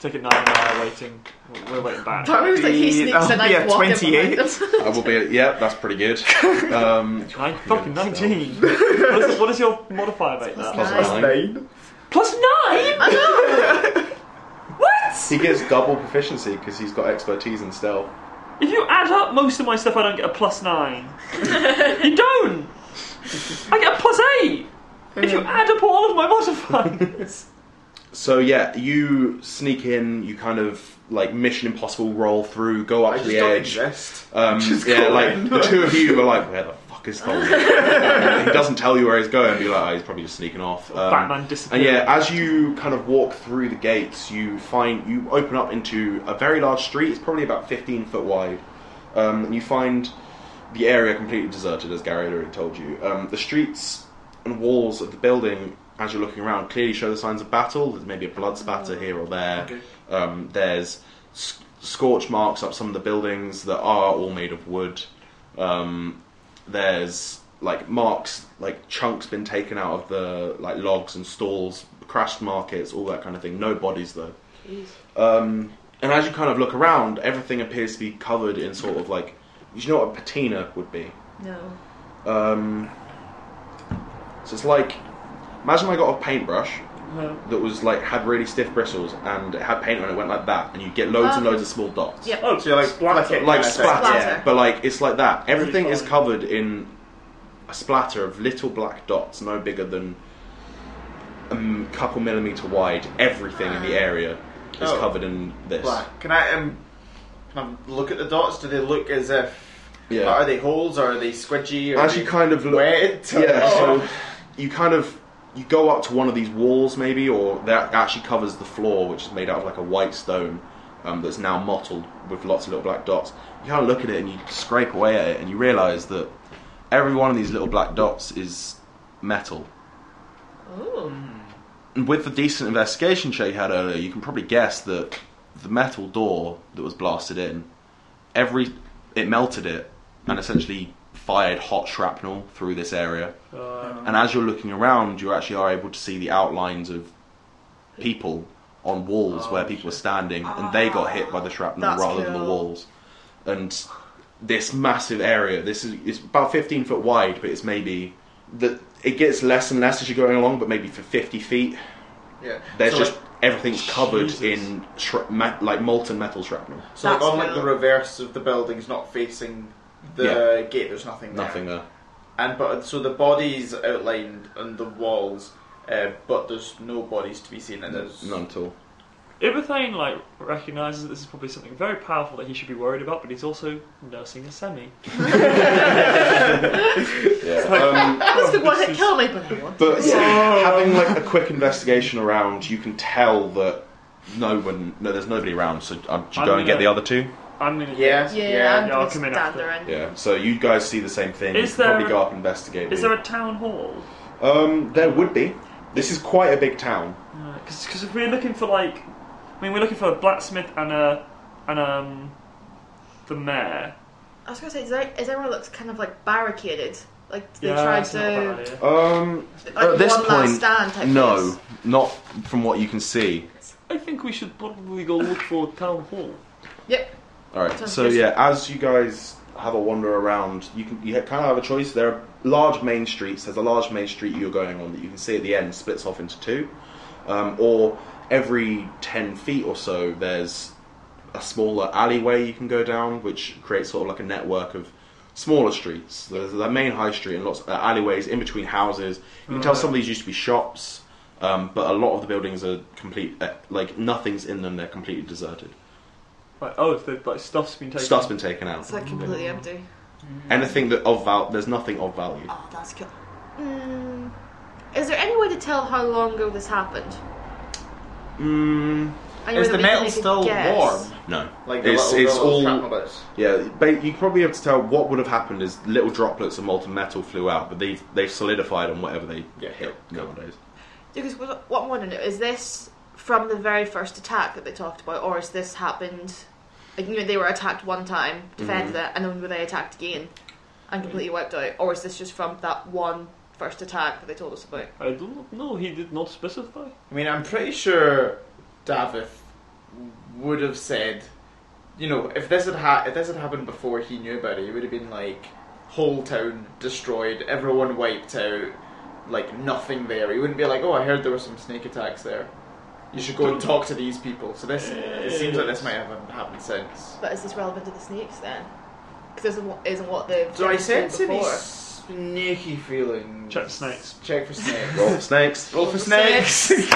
Take it nine an hour waiting. We're waiting back.
Tommy was like, he
E.
sneaks
That'll
in,
be
I
a
walk in behind
28.
him.
I will be. Yeah, that's pretty good. Um,
Nine, fucking nineteen. what, is, what is your modifier mate?
Plus
now?
plus
Nice.
nine.
Nine.
Plus nine.
He gets double proficiency because he's got expertise in stealth.
If you add up most of my stuff, I don't get a plus nine. you don't. I get a plus eight. If you add up all of my modifiers,
So yeah, you sneak in. You kind of like Mission Impossible roll through, go up
I
to
just
the
don't
edge.
exist.
Um, yeah,
go
like
in.
the two of you are like, where the fuck is Foley? Um, he doesn't tell you where he's going. You're like, oh, he's probably just sneaking off. Um,
Batman
And
disappears.
yeah, as you kind of walk through the gates, you find you open up into a very large street. It's probably about 15 foot wide. Um, and you find the area completely deserted, as Gary had already told you. Um, the streets and walls of the building, as you're looking around, clearly show the signs of battle. There's maybe a blood spatter here or there. Um, there's sc- scorch marks up some of the buildings that are all made of wood. Um, there's like marks, like chunks been taken out of the like logs and stalls, crashed markets, all that kind of thing. No bodies though. Um, and as you kind of look around, everything appears to be covered in sort of like, you know what a patina would be.
No.
Um, so it's like, imagine I got a paintbrush
Uh,
that was like had really stiff bristles and it had paint on it, went like that, and you get loads and
Okay.
loads of small dots.
Yep.
oh,
So you're like,
splatter.
flick it
Like
kinda thing.
splatter,
Splatter.
but like it's like that. Everything is
fine.
covered in a splatter of little black dots, no bigger than a m- couple millimeter wide. Everything in the area is
Oh.
covered in this.
Black. Can I um, can I look at the dots? Do they look as if?
Yeah.
Are they holes? Or are they squidgy? Or
As you kind of look,
wet?
yeah.
Oh.
So you kind of you go up to one of these walls, maybe, or that actually covers the floor, which is made out of like a white stone um, that's now mottled with lots of little black dots. You kind of look at it and you scrape away at it, and you realise that every one of these little black dots is metal.
Ooh.
And with the decent investigation check you had earlier, you can probably guess that the metal door that was blasted in, every it melted it and essentially fired hot shrapnel through this area.
Uh,
And as you're looking around, you actually are able to see the outlines of people on walls where people were standing, and they got hit by the shrapnel
That's
rather than the
cool.
walls. And this massive area, this is it's about 15 foot wide, but it's maybe that it gets less and less as you're going along, but maybe for 50 feet,
Yeah.
there's
So,
just
like,
everything's covered
Jesus.
in shra- ma- like molten metal shrapnel.
so like
That's
on like
cool.
the reverse of the building's not facing the gate. There's nothing. There.
Nothing uh, there.
And but so the bodies outlined on the walls, uh, but there's no bodies to be seen, and there's
None at all.
Iberthane like recognises that this is probably something very powerful that he should be worried about, but he's also nursing a semi.
Um,
That was the one that
is-
killed me, but I want
But
Oh.
yeah, having like a quick investigation around, you can tell that no one, no, there's nobody around. So uh, do you go
I'm
and get
gonna-
the other two?
I'm gonna.
Yeah.
Yeah, I'm
Yeah, I'll
gonna
come in
stand
after.
there and
Yeah. So you guys see the same thing.
Is
you can
there-
probably go up and investigate.
Is there a town hall?
um, there would be. This is quite a big town.
Because if we're looking for like, I mean, we're looking for a blacksmith and a and um, the mayor.
I was gonna say, is, there, is everyone looks kind of like barricaded? Like they
Yeah,
tried
that's not a bad
to,
idea.
Um,
like
at this
one last
point,
stand type
no, not from what you can see.
I think we should probably go look for town hall.
thing. Yep.
All right.
Sounds
So
good.
yeah, as you guys have a wander around, you can you kind of have a choice. There are large main streets. There's a large main street you're going on that you can see at the end splits off into two, um, or every ten feet or so there's a smaller alleyway you can go down, which creates sort of like a network of smaller streets. There's the main high street and lots of uh, alleyways in between houses. You can tell some of these used to be shops, um, but a lot of the buildings are complete uh, like nothing's in them. They're completely deserted.
Like, oh, if the like stuff's been taken.
Stuff's been taken out.
It's like completely empty.
Anything that of val, there's nothing of value.
Oh, that's cool. Mm, is there any way to tell how long ago this happened?
Mm,
Any
Is the
way that we can
metal
make a
still
guess?
warm?
no,
Like the
it's
little,
it's
little
all
shrapnel bits?
yeah. Ba- you can probably be able to tell what would have happened is little droplets of molten metal flew out, but they've they've solidified on whatever they
Yeah,
hit nowadays.
Because what what I'm wondering is this from the very first attack that they talked about, or is this happened? Like, you know, they were attacked one time, defended
Mm-hmm.
it, and then were they attacked again and completely wiped out, or is this just from that one first attack that they told us about?
I don't know. He did not specify.
I mean, I'm pretty sure Davith would have said, you know, if this had ha- if this had happened before he knew about it, it would have been like whole town destroyed, everyone wiped out, like nothing there. He wouldn't be like, oh, I heard there were some snake attacks there. You should go and talk to these people. So this it seems like this might have happened since.
But is this relevant to the snakes then? Because this isn't, isn't what they've
Do I
demonstrated
sense any
before.
sneaky feelings?
Check snakes.
Check for snakes.
Roll for snakes.
Roll for snakes.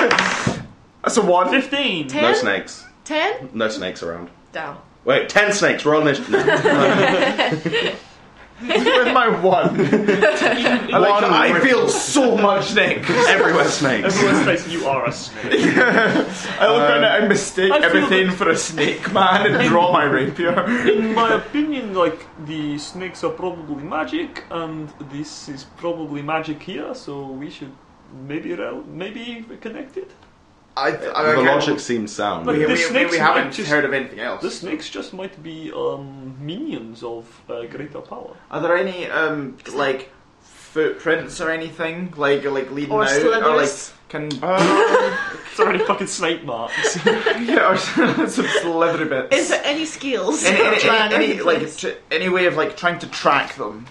That's a one.
Fifteen.
Ten?
No snakes.
Ten?
No snakes around.
Down.
Wait, ten snakes. Roll initiative. No.
with my one.
One
I
rip-
feel so much Nick.
everywhere snakes.
Everyone's facing you are a snake.
I look around and I mistake
I feel
everything
that-
for a snake man and draw my rapier.
In my opinion, like the snakes are probably magic, and this is probably magic here, so we should maybe rel- maybe connected.
I,
the logic seems sound.
Like
We,
The
we, we,
snakes might
haven't
just-
heard of anything else.
The snakes just might be um, minions of uh, greater power.
Are there any um like footprints or anything like like leading
Or
out or like
slithers.
can
Uh,
It's already fucking snake marks.
yeah or some slithery bits?
Is there any skills?
any, any,
Plan,
any, any,
anything,
like
please?
tr- any way of like trying to track them,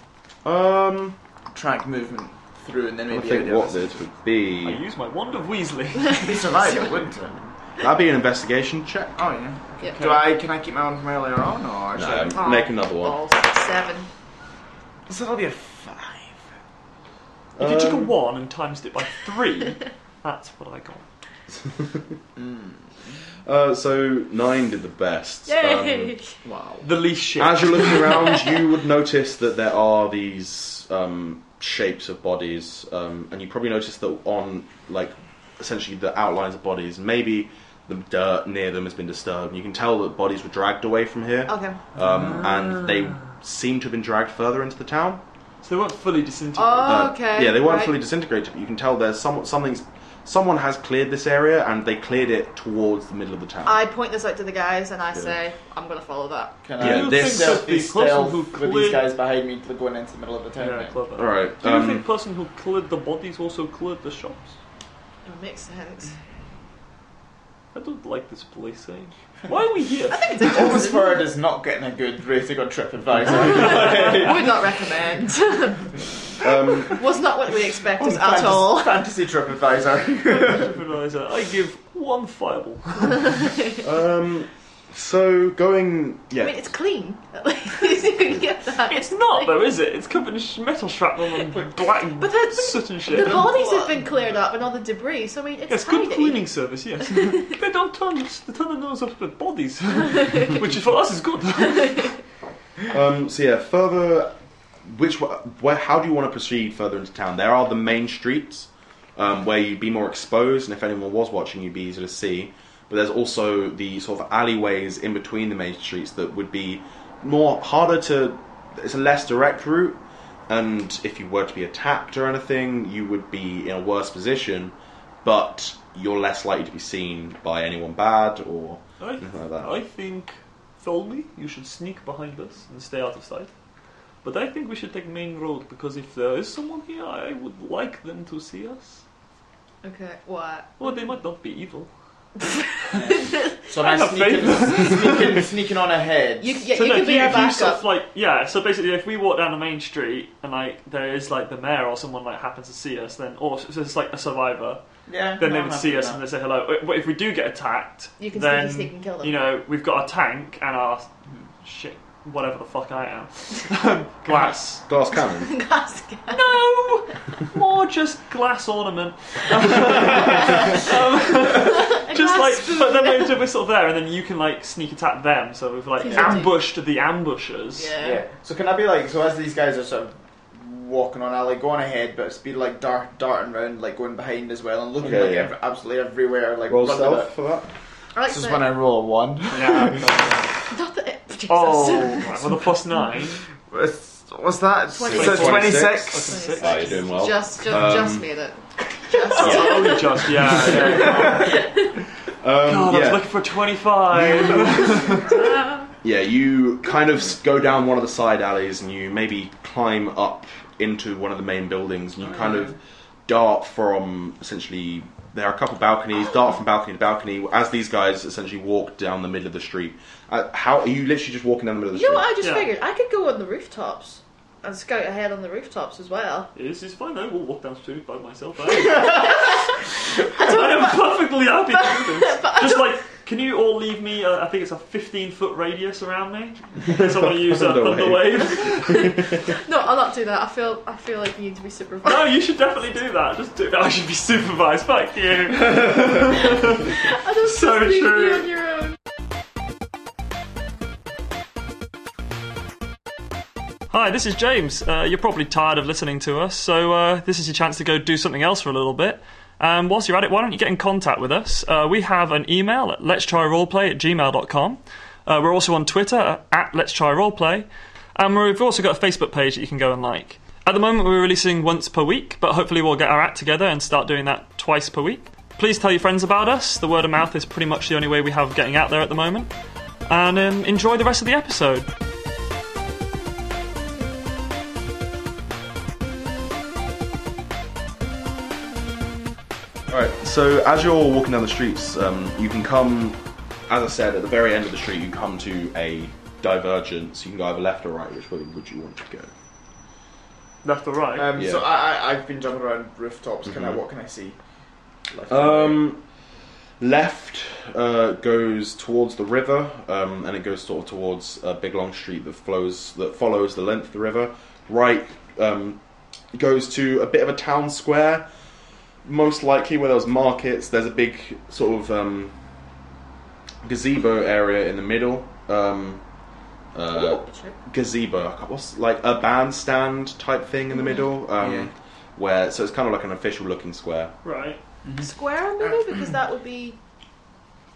um,
track movement through, and then
I
maybe
think
idea-
what this would be
I use my wand of Weasley.
They survive it, wouldn't it?
that'd be an investigation check.
Oh yeah.
Yep.
Do I can I keep my one from earlier on or should I-
No, make another one.
Balls. Seven.
So that'll be a five.
If you
Um,
Um,
took a one and times it by three, that's what I got.
Uh, so nine did the best.
Yay!
Um,
Wow.
The least shit.
as you're looking around, you would notice that there are these um, shapes of bodies, um, and you probably notice that on like essentially the outlines of bodies, maybe the dirt near them has been disturbed. And you can tell that bodies were dragged away from here,
okay. Ah.
um, and they seem to have been dragged further into the town.
so they weren't fully disintegrated.
Oh,
Uh,
okay.
Yeah, they weren't
right.
fully disintegrated, but you can tell there's some, something's someone has cleared this area, and they cleared it towards the middle of the town.
I point this out to the guys and I say, I'm gonna follow that.
Can
Yeah,
I
You this-
think that
stealthy
the person
stealth
who
with
cleared-
these guys behind me to going into the middle of the town?
yeah,
then?
clever.
All right.
Do you
um,
think the person who cleared the bodies also cleared the shops?
It makes sense.
I don't like this police thing. Why are we here?
Oxford is not getting a good rating on TripAdvisor.
Would not recommend.
um,
Was not what we expected
On
at all.
Fantasy TripAdvisor.
Supervisor, I give one fireball.
Um, so going, yeah,
I mean, it's clean. At least you can get that.
It's not though, is it? It's covered in sh- metal shrapnel and black
But that's-
soot and shit.
The bodies have been cleared up and all the debris, so I mean, it's
Yes,
tidy.
good cleaning service, yes. they don't turn, they turn the nose up with bodies, which for us is good.
um, so yeah, further, which wa- where, how do you want to proceed further into town? There are the main streets um, where you'd be more exposed, and if anyone was watching, you'd be easy to see. But there's also the sort of alleyways in between the main streets that would be more harder to. It's a less direct route, and if you were to be attacked or anything, you would be in a worse position. But you're less likely to be seen by anyone bad or
I,
anything like that.
I think, Tholme, you should sneak behind us and stay out of sight. But I think we should take main road because if there is someone here, I would like them to see us.
Okay, what?
Well, they might not be evil.
so
I'm
I'm
a
sneaking, sneaking, sneaking on ahead.
You, yeah,
so
you
no,
could
if
be
you,
our
if you
backup.
sort of like yeah. So basically, if we walk down the main street and like there is like the mayor or someone like happens to see us, then or so it's like a survivor,
yeah, no,
then they
I'm
would
happy
see
with
us
that.
and they say hello. But- But if we do get attacked,
You can
then
sneaky sneak and kill them.
you know we've got a tank and our shit, whatever the fuck I am, glass.
Glass cannon.
Glass guy.
No, more just glass ornament. just
glass
Um, like,
spoon.
but then we're, we're sort of there, and then you can like sneak attack them. So we've like
Yeah.
ambushed the ambushers.
Yeah.
Yeah. So can I be like, so as these guys are sort of walking on, I like go on ahead, but speed like dart, darting round, like going behind as well, and looking
Okay,
like
yeah.
ev- absolutely everywhere, like
Roll
running
stealth
about.
for that.
I like
This is
that.
when I roll a one.
Not that it- Jesus.
Oh, right, well, the plus nine.
What's, what's that?
Twenty-
So it's
26?
26?
Oh, you're doing well.
Just, just,
Um,
just made it. Just
Oh, only just, yeah. yeah.
Um,
God, I was
yeah.
looking for 25.
yeah, you kind of s- go down one of the side alleys and you maybe climb up into one of the main buildings and you kind of dart from essentially. There are a couple balconies, dart from balcony to balcony as these guys essentially walk down the middle of the street. Uh, how are you literally just walking down the middle of the
You know what
street?
I just
Yeah.
figured? I could go on the rooftops and scout ahead on the rooftops as well.
this is fine, I will walk down the street by myself. I, I am perfectly happy to do this. Just like, can you all leave me, uh, I think it's a 15 foot radius around me? So I'm going to use a
Thunder
thunder
wave.
wave.
No, I'll not do that. I feel, I feel like you need to be supervised.
No, you should definitely do that. Just do that. I should be supervised. Fuck you.
I don't
So
trust you to be
true.
on your own.
Hi, this is James. Uh, you're probably tired of listening to us, so uh, this is your chance to go do something else for a little bit. Um, whilst you're at it, why don't you get in contact with us? Uh, we have an email at let's try roleplay at gmail.com. Uh, we're also on Twitter uh, at let's try roleplay. And we've also got a Facebook page that you can go and like. At the moment, we're releasing once per week, but hopefully, we'll get our act together and start doing that twice per week. Please tell your friends about us. The word of mouth is pretty much the only way we have of getting out there at the moment. And um, enjoy the rest of the episode.
Alright, so as you're walking down the streets, um, you can come, as I said, at the very end of the street, you come to a divergence. You can go either left or right, which way would you want to go?
Left or right?
Um, So
Yeah. Mm-hmm.
I, I, I've been jumping around rooftops. Can I? What can I see? Left
Um, left uh, goes towards the river, um, and it goes sort of uh, towards a big long street that flows that follows the length of the river. Right um, goes to a bit of a town square, most likely where there's markets. There's a big sort of um, gazebo area in the middle. Um, uh, gazebo, I can't- what's like a bandstand type thing in the middle, um,
Yeah.
where so it's kind of like an official looking square.
Right.
Square maybe because that would be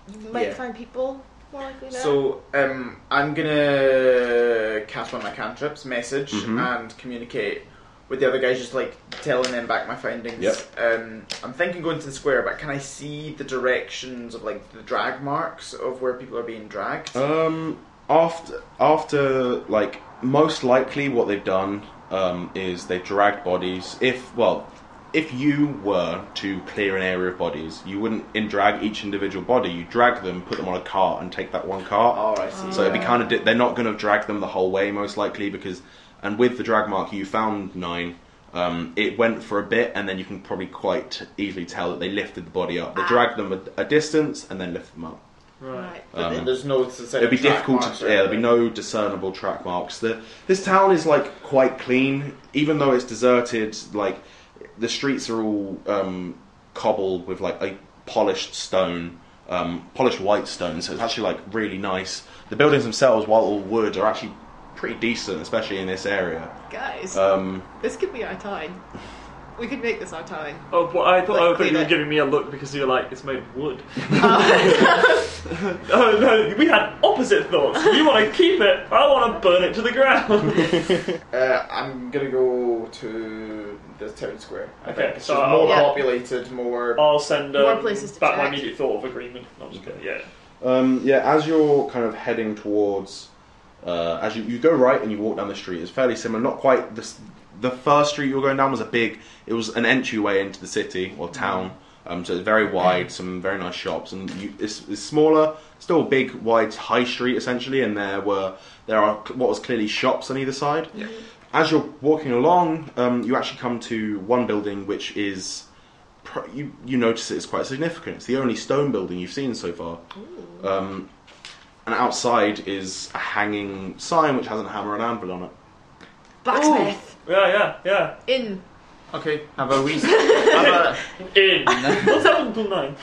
you might
Yeah.
find people more likely there.
So um, I'm gonna cast one of my cantrips, message,
Mhm.
and communicate with the other guys, just like telling them back my findings.
Yep.
Um, I'm thinking going to the square, but can I see the directions of like the drag marks of where people are being dragged?
Um, after after like most likely what they've done um, is they dragged bodies. If well, if you were to clear an area of bodies, you wouldn't in drag each individual body. You drag them, put them on a cart, and take that one cart.
oh, I see.
So it'd be kind of di- they're not going to drag them the whole way most likely because and with the drag mark you found nine. Um, it went for a bit, and then you can probably quite easily tell that they lifted the body up. They dragged them a, a distance and then lifted them up.
Right.
right.
Um,
there's no. specific
It'd be
track
difficult
marks
to.
or
Yeah, there'd be
anything.
no discernible track marks. The, this town is like quite clean, even though it's deserted. Like the streets are all um, cobbled with like a polished stone, um, polished white stone. So it's actually like really nice. The buildings themselves, while all wood, are actually pretty decent, especially in this area.
Guys,
Um,
this could be our time. We could make this our time.
Oh, but I thought,
Like,
I thought
clean
you were
it.
giving me a look because you were like, it's made of wood. oh, no, we had opposite thoughts. You want to keep it, I want to burn it to the ground.
Uh, I'm gonna go to the town square. I
Okay,
think it's
so
just
I'll-
more
Yeah.
populated, more.
I'll send um,
More places to
back my
check.
immediate thought of agreement. No, I'm just kidding. Yeah.
Um, yeah, as you're kind of heading towards, uh, as you, you go right and you walk down the street, it's fairly similar. Not quite the s- the first street you were going down was a big. It was an entryway into the city or town. Um, so it's very wide, some very nice shops, and you, it's, it's smaller, still a big, wide high street essentially. And there were there are cl- what was clearly shops on either side. Mm-hmm. As you're walking along, um, you actually come to one building which is pr- you you notice it's quite significant. It's the only stone building you've seen so far. Um, and outside is a hanging sign which has a hammer and anvil on it.
Blacksmith
Yeah, yeah,
in.
Okay, have a wee. have a,
yeah. In. What's happened till nine?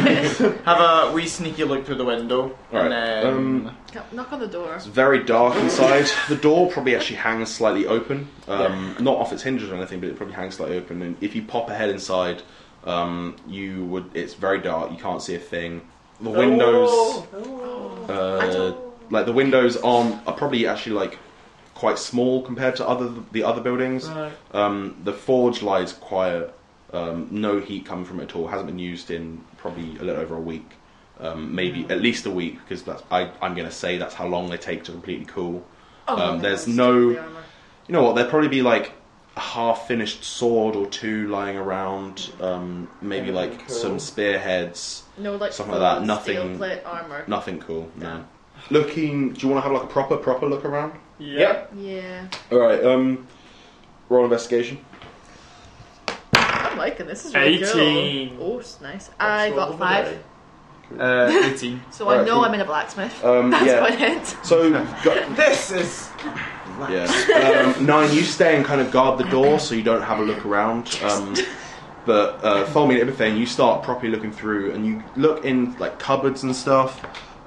Have a wee sneaky look through the window. And
Alright,
then
um,
Knock on the door.
It's very dark inside. the door probably actually hangs slightly open, um, not off its hinges or anything, but it probably hangs slightly open. And if you pop a head inside, um, you would. It's very dark. You can't see a thing. The windows.
Oh,
uh, like the windows on are probably actually like quite small compared to other the other buildings.
Right.
Um, the forge lies quiet. Um, no heat coming from it at all. Hasn't been used in probably a little over a week, um, maybe
Hmm.
at least a week because that's I, I'm going to say that's how long they take to completely cool.
Oh,
um, there's no you know what? There'd probably be like a half-finished sword or two lying around. Um, maybe
Anything
like
cool?
some spearheads.
No, like
something like that,
full
nothing-
Steel plate armor.
Nothing cool.
No.
No. Looking. Do you want to have like a proper proper look around?
Yeah.
Yep.
Yeah,
All right. Um. Roll investigation.
I'm liking this. Is really
Eighteen.
cool. Oh, it's nice. I
That's
got
all
five,
day.
Uh, 18.
so I
Alright,
know
cool.
I'm in a blacksmith.
Um.
That's
yeah.
about it.
So. Go-
This is.
yeah. Um, nine. You stay and kind of guard the door so you don't have a look around. Um. But uh, following everything, you start properly looking through, and you look in like cupboards and stuff,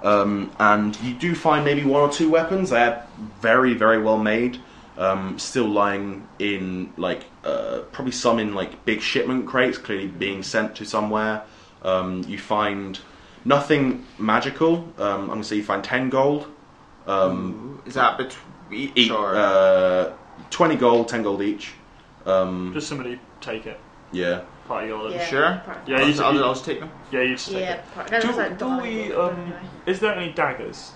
um, and you do find maybe one or two weapons. They're very, very well made. Um, still lying in like uh, probably some in like big shipment crates, clearly being sent to somewhere. Um, you find nothing magical. Um, I'm gonna say you find ten gold. Um,
Is that between
each,
each or.
uh, 20 gold, 10 gold each. Um,
Just somebody take it.
yeah.
Party order.
Yeah.
sure?
part-
Yeah,
I'll,
you
I'll, I'll just take them.
yeah, you just take
Yeah,
it.
part- that
Do,
was like
do
dying
we,
little
um,
guy.
is there any daggers?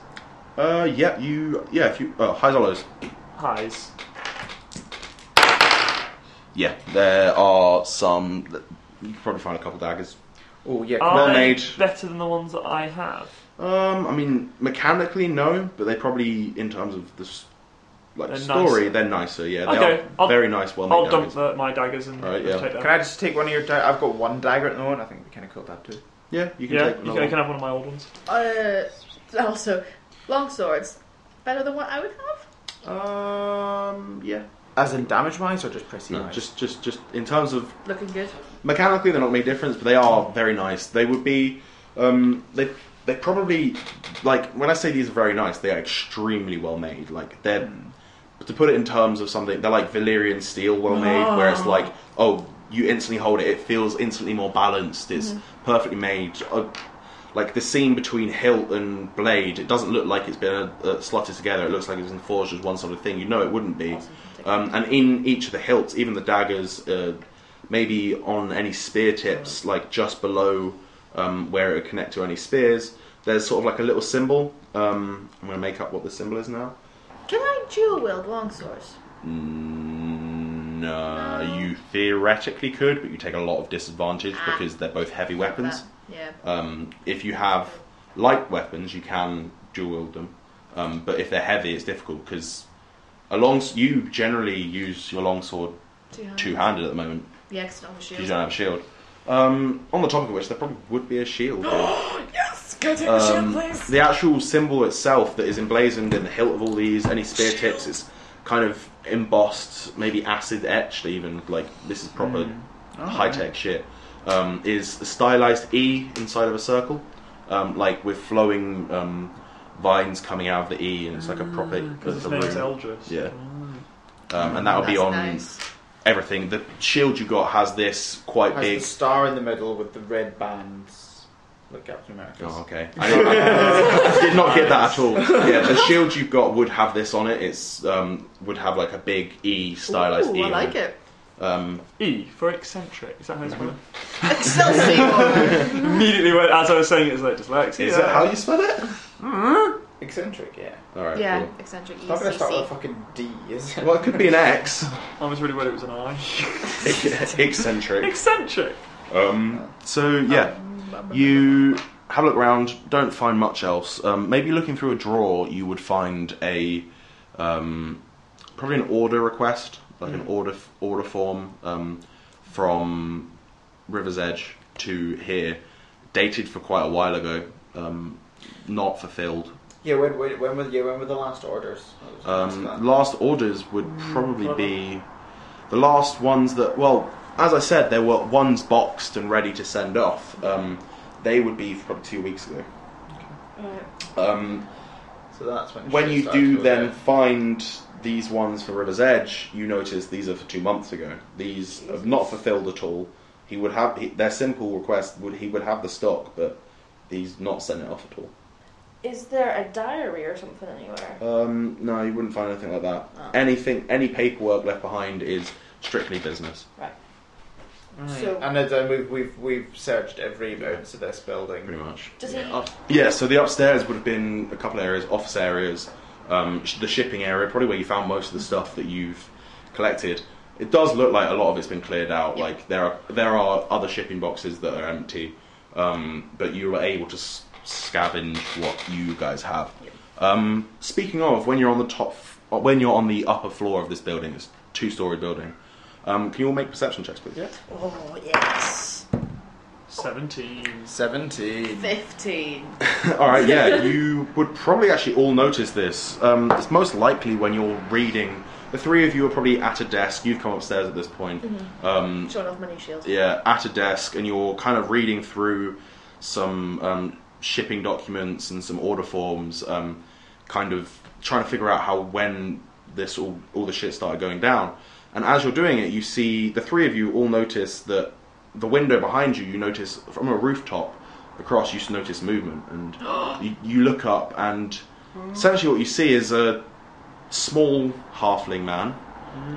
Uh, yeah, you, yeah, if you, oh, highs or lows?
Highs.
Yeah, there are some, you can probably find a couple daggers.
Oh, yeah.
Are
Well
they
made.
better than the ones that I have?
Um, I mean, mechanically, no, but they probably, in terms of the, s- like,
They're
story,
nicer.
they're nicer, yeah. They
Okay,
are
I'll-
very nice, well
I'll
made
dump
daggers.
the, my daggers and
Oh Alright, yeah.
take them.
Can I just take one of your daggers? I've got one dagger at the moment. I think it'd be kind of cool to have two.
Yeah, you can
yeah,
take
you
another
can, I
one.
can have one of my old ones.
Uh, also, long swords better than what I would have.
Um, yeah.
As in damage wise or just pressing
No,
wise?
just, just, just in terms of
Looking good.
mechanically, they're not making a difference, but they are very nice. They would be, um, they, they probably like when I say these are very nice, they are extremely well made. Like they're, to put it in terms of something, they're like Valyrian steel, well made, where it's like, oh, you instantly hold it, it feels instantly more balanced. It's perfectly made. Uh, like the scene between hilt and blade, it doesn't look like it's been uh, slotted together. It looks like it was forged as one sort of thing. You know, it wouldn't be. Um, and in each of the hilts, even the daggers, uh, maybe on any spear tips, like just below um, where it would connect to any spears, there's sort of like a little symbol. Um, I'm going to make up what the symbol is now.
Can I dual wield longswords?
Mm, no, you theoretically could, but you take a lot of disadvantage
Ah.
because they're both heavy weapons.
Yeah.
Um, if you have light weapons, you can dual wield them, um, but if they're heavy, it's difficult because a long you generally use your longsword
Two hands.
two handed at the moment
Yeah, 'cause I don't have a shield.
because you don't have a shield. Um, on the topic of which, there probably would be a shield.
yes! Go take
Um, the actual symbol itself that is emblazoned in the hilt of all these, any spear tips, it's kind of embossed, maybe acid etched even, like this is proper high tech shit, um, is a stylized E inside of a circle, um, like with flowing um, vines coming out of the E, and it's like a proper.
Because his
a
name's
rune.
Eldris.
Yeah. Um, and that'll be on everything. The shield you got has this quite
Has
big.
the star in the middle with the red bands like Captain America's.
Oh, okay. I, I- I did not get that at all. Yeah, the shield you've got would have this on it. It's um, would have like a big E stylized E.
Ooh, I
on
like it.
Um,
E for eccentric. Is that how it's
Mm-hmm.
spelled?
Excelsior!
Immediately, when, as I was saying, it was like dyslexia.
Is that how you spell it?
Eccentric, yeah.
All right.
yeah, E
cool.
eccentric.
It's not gonna start with a
ECC.
fucking D, is it?
Well, it could be an X.
I was really worried it was an I.
Eccentric.
eccentric.
Um, so yeah, you have a look around. Don't find much else. Um, maybe looking through a drawer, you would find a um, probably an order request, like an order order form um, from River's Edge to here, dated for quite a while ago, um, not fulfilled.
Yeah, when, when, when, were, yeah, when were the last orders? I was gonna ask that.
Um, last orders would probably be the last ones that, well, as I said, there were ones boxed and ready to send off. Um, they would be from two weeks ago. Um,
so that's when. it
when
should
you
start to
do
go
then
down.
find these ones for River's Edge, you notice these are for two months ago. These are not fulfilled at all. He would have he, their simple request. Would he would have the stock, but he's not sent it off at all.
Is there a diary or something anywhere?
Um, no, you wouldn't find anything like that.
Oh.
Anything, any paperwork left behind is strictly business.
So-
and then we've we've we've searched every bounce of this building.
Pretty much.
Does he?
Yeah. So the upstairs would have been a couple areas, office areas, um, sh- the shipping area, probably where you found most of the stuff that you've collected. It does look like a lot of it's been cleared out.
Yeah.
Like there are there are other shipping boxes that are empty, um, but you were able to s- scavenge what you guys have. Um, speaking of, when you're on the top, f- when you're on the upper floor of this building, it's two story building. Um, can you all make perception checks, please?
Oh, yes.
Seventeen.
Seventeen.
15.
All right, yeah, you would probably actually all notice this. Um, it's most likely when you're reading. The three of you are probably at a desk. You've come upstairs at this point. Um,
Showing off my new shield.
yeah, at a desk, and you're kind of reading through some um, shipping documents and some order forms, um, kind of trying to figure out how when this all all the shit started going down. And as you're doing it, you see the three of you all notice that the window behind you. You notice from a rooftop across. You s- notice movement, and you, you look up, and essentially what you see is a small halfling man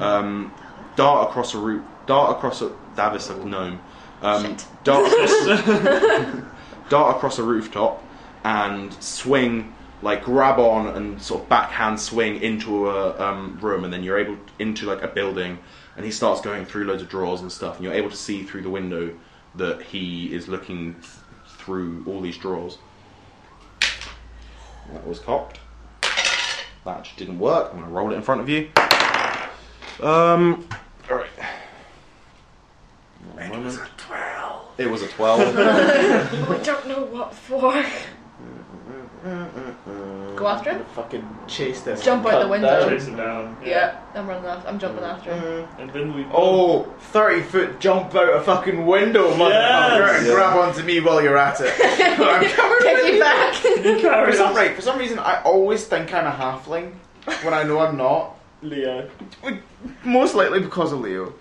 um, dart across a route, dart across a Davis of gnome, um,
Shit.
dart, across, dart across a rooftop, and swing like grab on and sort of backhand swing into a um, room, and then you're able into like a building, and he starts going through loads of drawers and stuff, and you're able to see through the window that he is looking th- through all these drawers. That was cocked. That actually didn't work. I'm gonna roll it in front of you. Um. All right. It was a twelve. It was a twelve.
I don't know what for. Go after him?
I'm gonna Fucking chase this.
Jump out the
cunt
window.
down.
Chase him down.
Yeah, I'm running after. I'm jumping after him.
And then we.
Oh, 30 foot jump out a fucking window, motherfucker, and
Yeah.
grab onto me while you're at it. I'm coming with
Kick
you.
you back.
You carry
For some,
us,
right, for some reason, I always think I'm a halfling when I know I'm not.
Leo.
Most likely because of Leo.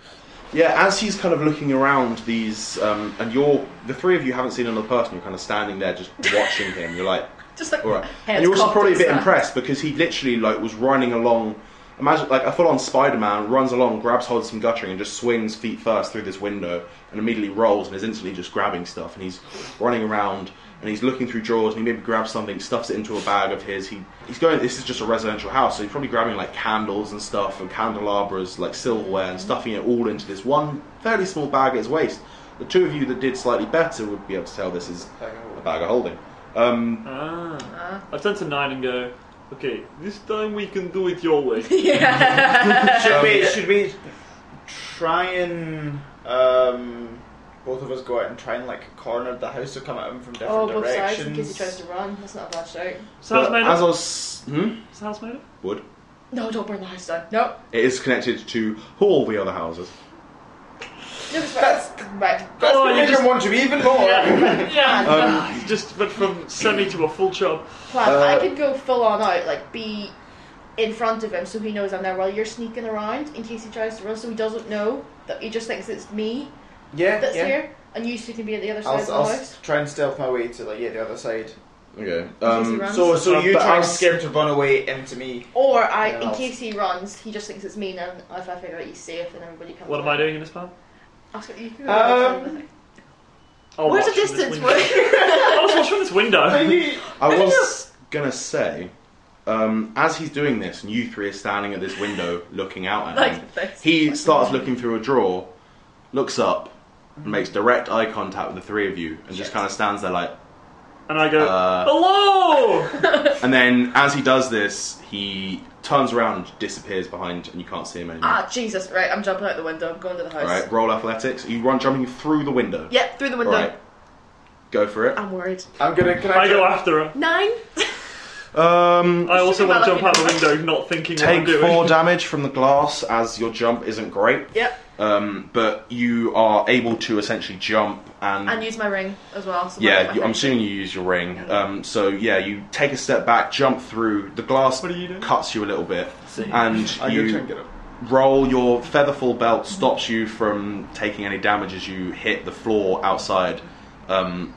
Yeah, as he's kind of looking around these, um, and you're the three of you haven't seen another person. You're kind of standing there just watching him. You're like,
Just like
all right.
heads
and you're also
cocked
probably a
and
bit
stuff.
impressed because he literally like was running along. Imagine like a full-on Spider-Man runs along, grabs hold of some guttering, and just swings feet first through this window, and immediately rolls and is instantly just grabbing stuff. And he's running around and he's looking through drawers, and he maybe grabs something, stuffs it into a bag of his. He he's going. This is just a residential house, so he's probably grabbing like candles and stuff and candelabras, like silverware, and stuffing it all into this one fairly small bag at his waist. The two of you that did slightly better would be able to tell this is a bag of holding. Um,
Ah.
Ah.
I turn to nine and go. Okay, this time we can do it your way.
Yeah.
Should we, should we try and, um, both of us go out and try and, like, corner the house to come at him from different
oh, both sides in
directions?
case he tries to run. That's not a bad shout.
So how's
But
made
as I
up?
was, hmm?
Is the house made up?
wood.
No, don't burn the house down. No,
It is connected to all the other houses.
no, that's right.
That's
Oh,
gonna
you
make
just-
him want you even more.
Yeah.
Um,
It's just went from semi to a full job.
Plan.
Uh,
I could go full on out, like be in front of him, so he knows I'm there while you're sneaking around in case he tries to run, so he doesn't know that he just thinks it's me
Yeah,
that's
yeah.
here, and you two can be at the other side
I'll,
of the
I'll
house.
s- try and stealth my way to, like, yeah, the other side.
okay.
in case he
Um,
runs.
So, so
Um,
you
but
try
I'll
and
s-
scare him to run away into me.
or I,
Yeah,
in
I'll-
case he runs, he just thinks it's me, and if I figure out he's safe, then everybody comes.
What am I doing in this plan?
doing?
Um,
I'll
Where's
watch
the
from this
distance?
window. I was watching from this window.
I was gonna say, um, as he's doing this, and you three are standing at this window looking out at him,
like this.
he starts looking through a drawer, looks up, and makes direct eye contact with the three of you, and just
Shit.
kind of stands there like.
And I go,
Uh.
hello!
And then, as he does this, he turns around, and disappears behind, and you can't see him anymore.
Ah, Jesus! Right, I'm jumping out the window. I'm going to the house.
All right, roll athletics. You run jumping through the window.
Yeah, through the
All
window.
right, go for it.
I'm worried.
I'm gonna. Can I,
I
try-
go after her.
Nine.
Um,
I also
Something
want to
about
jump out the
like-
window, not thinking what I'm
take
doing.
four damage from the glass as your jump isn't great,
Yep.
um, but you are able to essentially jump and.
And use my ring as well. So
yeah,
my-
you,
my
I'm
thing.
assuming you use your ring. Um, so yeah, you take a step back, jump through. The glass
What are you doing?
cuts you a little bit, and
I'm gonna try and
you
get him.
roll your featherfall belt stops you from taking any damage as you hit the floor outside, um,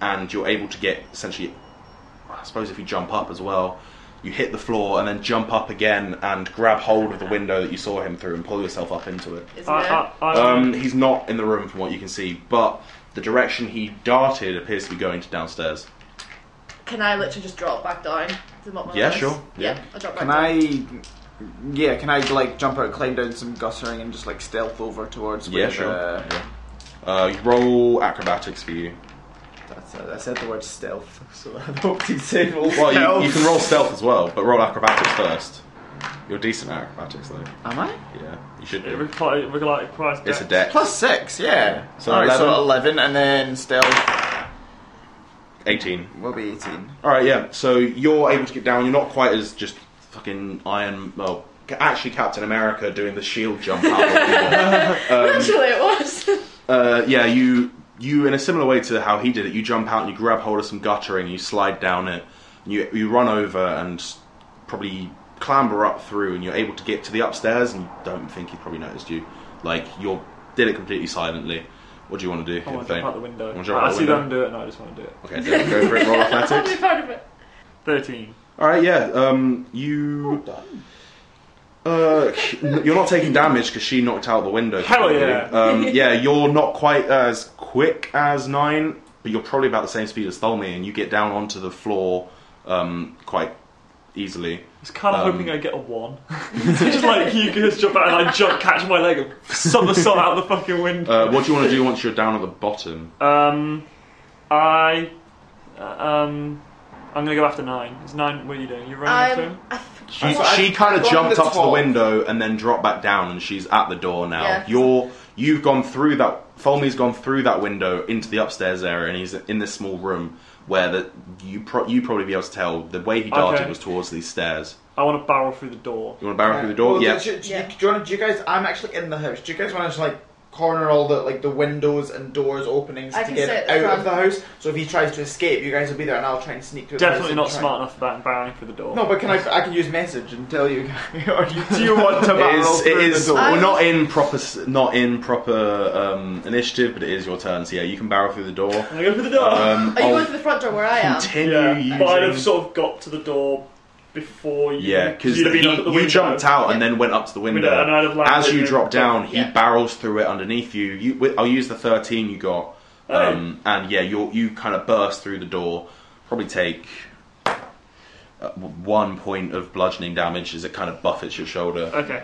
and you're able to get essentially. I suppose if you jump up as well, you hit the floor and then jump up again and grab hold of the window that you saw him through and pull yourself up into it.
Is there?
I, I, I,
Um, he's not in the room from what you can see, but the direction he darted appears to be going to downstairs.
Can I literally just drop back down? to what my
Yeah,
level is?
sure.
Yeah,
Yeah.
I'll drop back
Can
down.
I? Yeah, can I like jump out, climb down some guttering, and just like stealth over towards?
Yeah,
where
sure.
the-
Yeah. Uh, roll acrobatics for you.
That's uh, I said the word stealth, so I hope he said roll
Well, you, you
stealth.
can roll stealth as well, but roll acrobatics first. You're decent at acrobatics, though.
Am I?
Yeah, you should
it
be.
requires, it requires
It's a
dex.
deck.
Plus six, yeah.
So
All right,
11.
so eleven, and then stealth
18.
will be eighteen.
All right, yeah. So you're able to get down. You're not quite as just fucking Iron. Well, ca- actually, Captain America doing the shield jump out. of the window.
Literally, it was.
Uh, yeah, you you in a similar way to how he did it. You jump out and you grab hold of some guttering. You slide down it. And you you run over and probably clamber up through, and you're able to get to the upstairs. And you don't think he probably noticed you. Like you are did it completely silently. What do you want to do?
I want to
Thing?
jump out the window. Ah,
Wanna jump out
I
the
see
window?
them do it and I just want to do it.
Okay, then go for it. Roll
I'll
athletics.
be proud of it.
13.
All right, yeah. Um, you. Uh, you're not taking damage because she knocked out the window.
Hell
probably.
yeah.
Um, yeah, you're not quite as quick as nine, but you're probably about the same speed as Tholme, and you get down onto the floor um, quite easily.
I was kind of
Um,
hoping I'd get a 1. just like you guys jump out and I jump, catch my leg, and somersault out the fucking window.
Uh, what do you want to do once you're down at the bottom?
Um, I. uh, Um, I'm gonna go after nine. It's nine. What are you doing? You're running after
Um,
him.
I,
She,
I-
she kind
I've
of
gone
jumped
to
up to the
twelve.
window and then dropped back down, and she's at the door now.
Yeah.
You're you've gone through that. Folmy's gone through that window into the upstairs area, and he's in this small room where the, you pro- you probably be able to tell the way he darted
Okay.
was towards these stairs.
I want to barrel through the door.
You want to barrel through the door?
Well,
yeah.
Do, do,
Yeah.
You, do, you wanna, do you guys? I'm actually in the house. Do you guys want to like corner all the like the windows and doors openings
I
to
can
get
sit at
out
the
of
front.
the house? So if he tries to escape, you guys will be there, and I'll try and sneak to. the house
Definitely
and
not
try-
smart enough for that. and Barreling through the door.
No, but can I? I can use message and tell you. or you- do you want to
It
barrel
is. It
through
is.
the door?
Well,
I-
not in proper. s- Not in proper um, initiative, but it is your turn. So yeah, you can barrel through the door.
I go through the door.
Um,
are you
I'll
going to the front door where I am?
continue
yeah, but I'd have
using-
sort of got to the door before you.
Yeah, because
you'd have been up at the
you
window.
jumped out and
Yeah.
then went up to the window.
Window, and I'd have landed
As you
in-
drop down,
Yeah.
he barrels through it underneath you. you wi- I'll use the 13 you got.
Oh.
Um, And yeah, you you kind of burst through the door. Probably take uh, w- one point of bludgeoning damage as it kind of buffets your shoulder
Okay.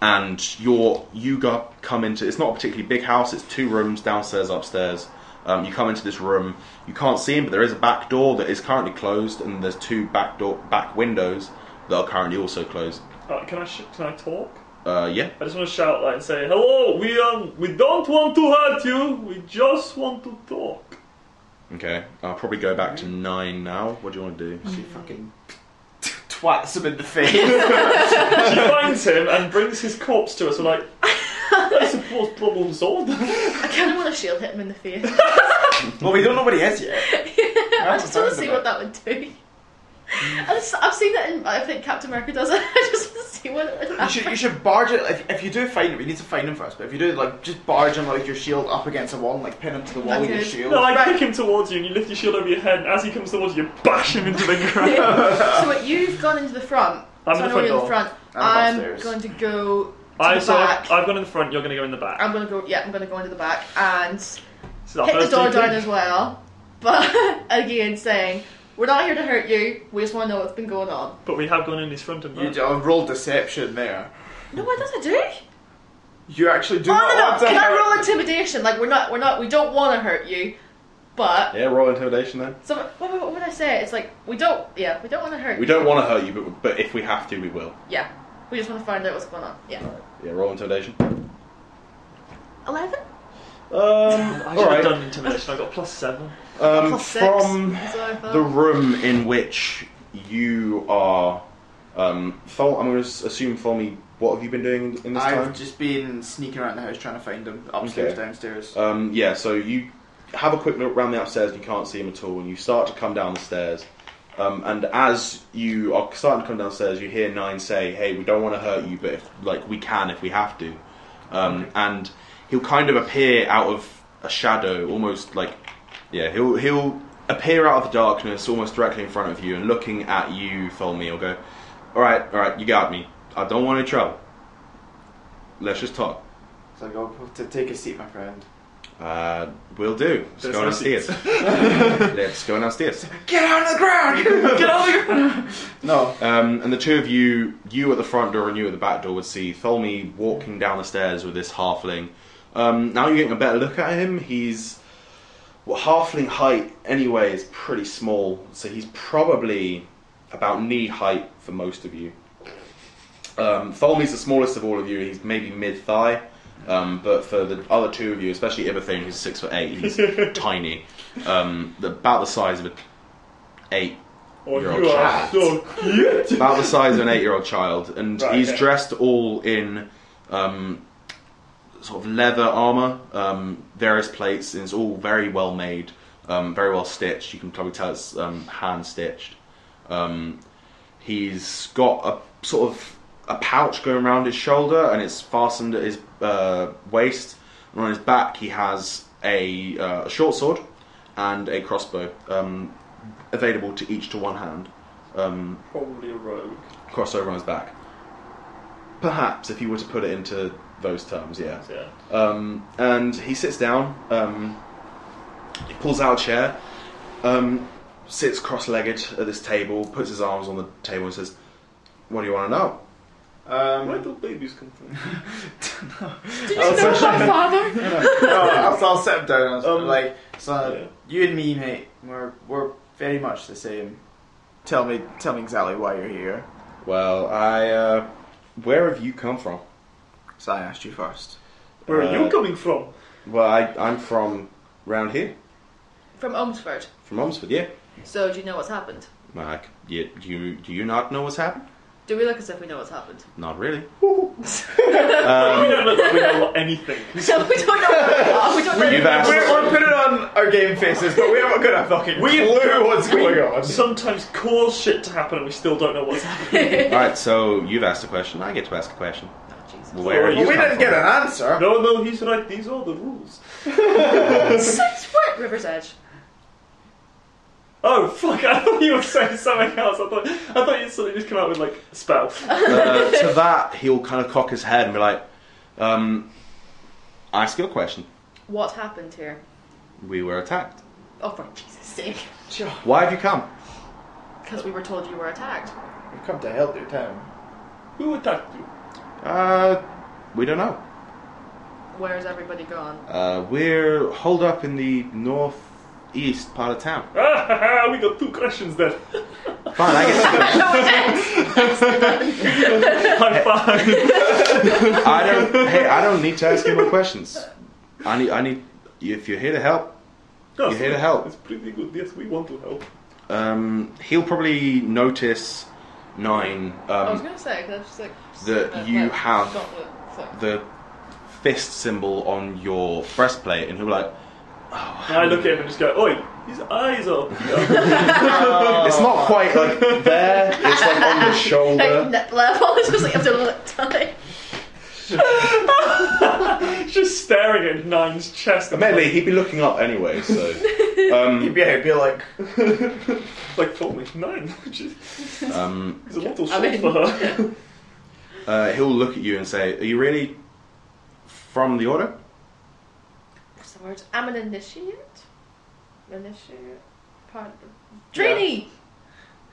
and your you go, come into it's not a particularly big house it's two rooms downstairs upstairs um, you come into this room you can't see him but there is a back door that is currently closed and there's two back door back windows that are currently also closed
Uh, can I sh- can I talk?
uh, yeah
I just want to shout like and say hello. We um we don't want to hurt you. We just want to talk.
okay i'll probably go back to nine now what do you want to do
She fucking twats him in the face.
She finds him and brings his corpse to us. We're like, I suppose problem solved.
I kind of want to shield hit him in the face.
well, we don't know what he is yet.
I just want to see what that would do. I just, I've seen that in. I think Captain America does it. I just want to see what it would
You should, you should barge it. If, if you do find him, you need to find him first. But if you do, like, just barge him like your shield up against a wall and like pin him to the wall with your
Okay.
shield.
No, I kick him towards you and you lift your shield over your head and as he comes towards you, you bash him into the ground.
So wait, you've gone into the front.
I'm in the
so I know
front
you're in
door.
the front.
I'm
I'm,
upstairs.
going to go to
I
the
so I've,
back.
I've gone in the front. You're going to go in the back.
I'm gonna go. Yeah, I'm gonna go into the back and
So that
hit the
Uh, first
door
two
down
things-
as well. But again, saying we're not here to hurt you. We just want to know what's been going on.
But we have gone in his front and
You
back.
do, I rolled deception there.
No, what does I do?
You actually do
oh
not
no,
want
no!
to
Can
hurt-
I roll intimidation? Like we're not, we're not, we don't want to hurt you. But
yeah roll intimidation then
so what, what, what would I say? It's like we don't. Yeah, we don't want to hurt.
we
you.
don't want to hurt you but, but if we have to we will
Yeah, we just want to find out what's going on. Yeah.
yeah roll intimidation
Eleven.
um, all
I should have
right
done intimidation. I got plus seven.
um,
Plus six.
from
So I thought-
the room in which you are. Um, Thol, I'm going to assume Folmy. What have you been doing in this
I've
time?
just been sneaking around the house trying to find him upstairs,
Okay.
downstairs.
Um, yeah, so you have a quick look around the upstairs and you can't see him at all, and you start to come down the stairs. Um, and as you are starting to come downstairs, you hear Nine say, "Hey, we don't want to hurt you, but if, like we can if we have to." Um, And he'll kind of appear out of a shadow, almost like yeah, he'll he'll appear out of the darkness, almost directly in front of you, and looking at you, Tholme, he'll go, "All right, all right, you got me. I don't want any trouble. Let's just talk."
So I go to oh, take a seat, my friend.
Uh, will do. Let's
There's
go
no
downstairs. Let's go downstairs.
Get out of the ground!
Get out of here!
no,
Um, and the two of you, you at the front door and you at the back door, would see Tholme walking down the stairs with this halfling. Um, now you're getting a better look at him. He's well, halfling height anyway is pretty small, so he's probably about knee height for most of you. Um, Tholme's the smallest of all of you. He's maybe mid thigh, um, but for the other two of you, especially Ibathane, who's six foot eight, he's tiny, um, about the size of an eight
Oh,
You're a
you are
cat.
so cute.
about the size of an eight-year-old child, and
Right,
he's
okay.
dressed all in um, sort of leather armor, um, various plates, and it's all very well made, um, very well stitched. You can probably tell it's um, hand stitched. Um, he's got a sort of a pouch going around his shoulder, and it's fastened at his uh, waist. And on his back, he has a, uh, a short sword and a crossbow, um, available to each to one hand. Um,
Probably a rogue.
crossover on his back. Perhaps, if you were to put it into those terms, yeah.
Yeah.
Um, and he sits down, um, he pulls out a chair, um, sits cross legged at this table, puts his arms on the table, and says, What do you want to know?
Where
um, oh,
do babies come
uh,
from?
Did you know my father?
no, I'll, I'll sit him down. And
Um,
like, so
yeah.
you and me, mate, we're we're Very much the same. Tell me, tell me exactly why you're here.
Well, I. Uh, where have you come from?
So I asked you first.
Where are
Uh,
you coming from?
Well, I, I'm from round here,
From Omsford.
from Omsford, yeah.
So do you know what's happened?
Like, you, do, you, do you not know what's happened?
Do we look as if we know what's happened?
Not really. um,
we don't look like we know anything.
So we don't know. where we are, We don't know.
You've asked.
We're, we're putting on our game faces, but we haven't got a fucking
We-
clue what's going on.
Sometimes cause shit to happen and we still don't know what's happening.
Alright, so you've asked a question, I get to ask a question.
Oh, Jesus.
Where are
Well,
you
Well, we
come
didn't
from?
get an answer.
No, no, he's right. These are the rules.
Six foot River's Edge.
Oh fuck! I thought you were saying something else. I thought I thought you suddenly just come out with like a spell.
uh, to that, he'll kind of cock his head and be like, um, ask your question.
What happened here?
We were attacked.
Oh, for Jesus' sake.
Why have you come?
Because we were told you were attacked.
We've come to help your town.
Who attacked you?
Uh, we don't know.
Where's everybody gone?
Uh, we're holed up in the northeast part of town.
Ah, ha, ha, we got two questions then.
Fine, I guess.
High five.
I don't. Hey, I don't need to ask you more questions. I need. I need. If you're here to help,
You're
here to help.
It's pretty good. Yes, we want to help.
um, he'll probably notice nine
I was
um,
going to say, because I was just like.
That
uh,
you
like,
have
gauntlet thing.
the fist symbol on your breastplate, and he'll be like,
And I look at him and just go, "Oi, his eyes are."
"It's not quite like there. It's like on the
Like,
shoulder."
net level. It's just like, I've done it time.
just staring at Nine's chest. and
Admittedly, he'd be looking up anyway, so.
You'd
Um,
be, you'd be like,
Like, for me, Nine. She's
um,
he's a little
I
short
mean-
for her.
uh, he'll look at you and say, "Are you really from the order?"
What's the word? I'm an initiate? Initiate? Pardon. Trainee!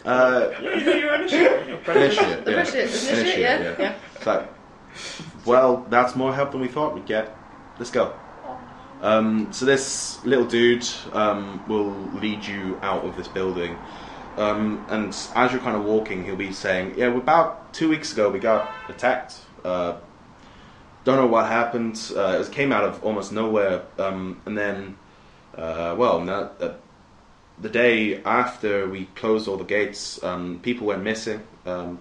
Uh,
Yeah, you- you're an issue. You're proud.
initiate, yeah.
Initiate, initiate, yeah, yeah.
It's like, well, that's more help than we thought we'd get. Let's go. Um, so this little dude um, will lead you out of this building, um, and as you're kind of walking, he'll be saying, "Yeah, about two weeks ago, we got attacked. Uh, don't know what happened. Uh, it came out of almost nowhere, um, and then, uh, well, no, uh, the day after we closed all the gates, um, people went missing. Um,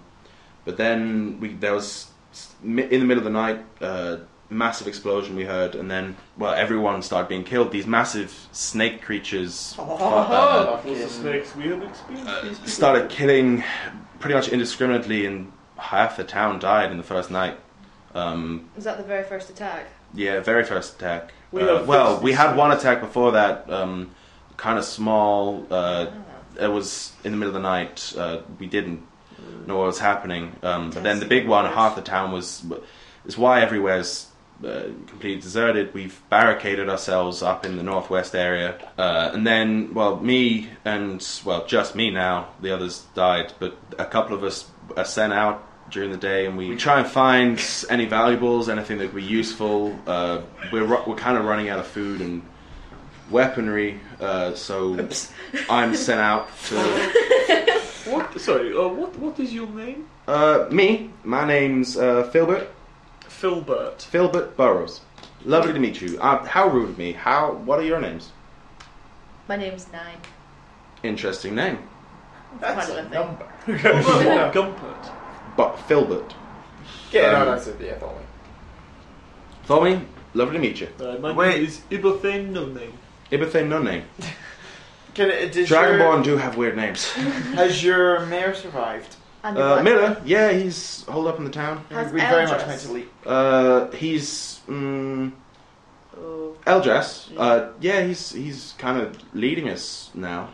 but then we there was in the middle of the night uh, massive explosion we heard, and then well everyone started being killed. These massive snake creatures uh,
What's the snakes we have experienced? these people.
started killing pretty much indiscriminately, and half the town died in the first night. Um,
Was that the very first attack?
yeah, very first attack.
We
Uh,
have
well,
fixed
we
these
had one attack before that, um, kind of small. Uh, it was in the middle of the night. Uh, we didn't know what was happening. Um, but then the big one, half the town was. It's why everywhere's uh, completely deserted. We've barricaded ourselves up in the northwest area, uh, and then well, me and well, just me now. The others died, but a couple of us are sent out during the day, and we try and find any valuables, anything that could be useful. Uh, we're ru- we're kind of running out of food and weaponry, uh, so I'm sent out to.
What? Sorry. Uh, what? What is your name?
Uh, me, my name's uh, Philbert.
Philbert.
Philbert Burrows. Lovely to meet you. Uh, how rude of me. How? What are your names?
My name's Nine.
Interesting name.
that's
Quite a
a
thing.
number.
Philbert. Gumpert.
But Philbert.
Yeah,
Um,
no, that's it. Yeah, Thorley.
Tommy, lovely to meet you.
Uh, my
Wait.
name is Ibothane No Name.
Ibethane, no name.
Can it, does
Dragonborn do have weird names.
Your, has your mayor survived?
And
Uh,
Black-
Miller, yeah, he's holed up in the town.
Has
we very much
Eldris-
meant to leave.
Uh, he's mm,
Oh,
Eldras. Uh, yeah, he's he's kind of leading us now.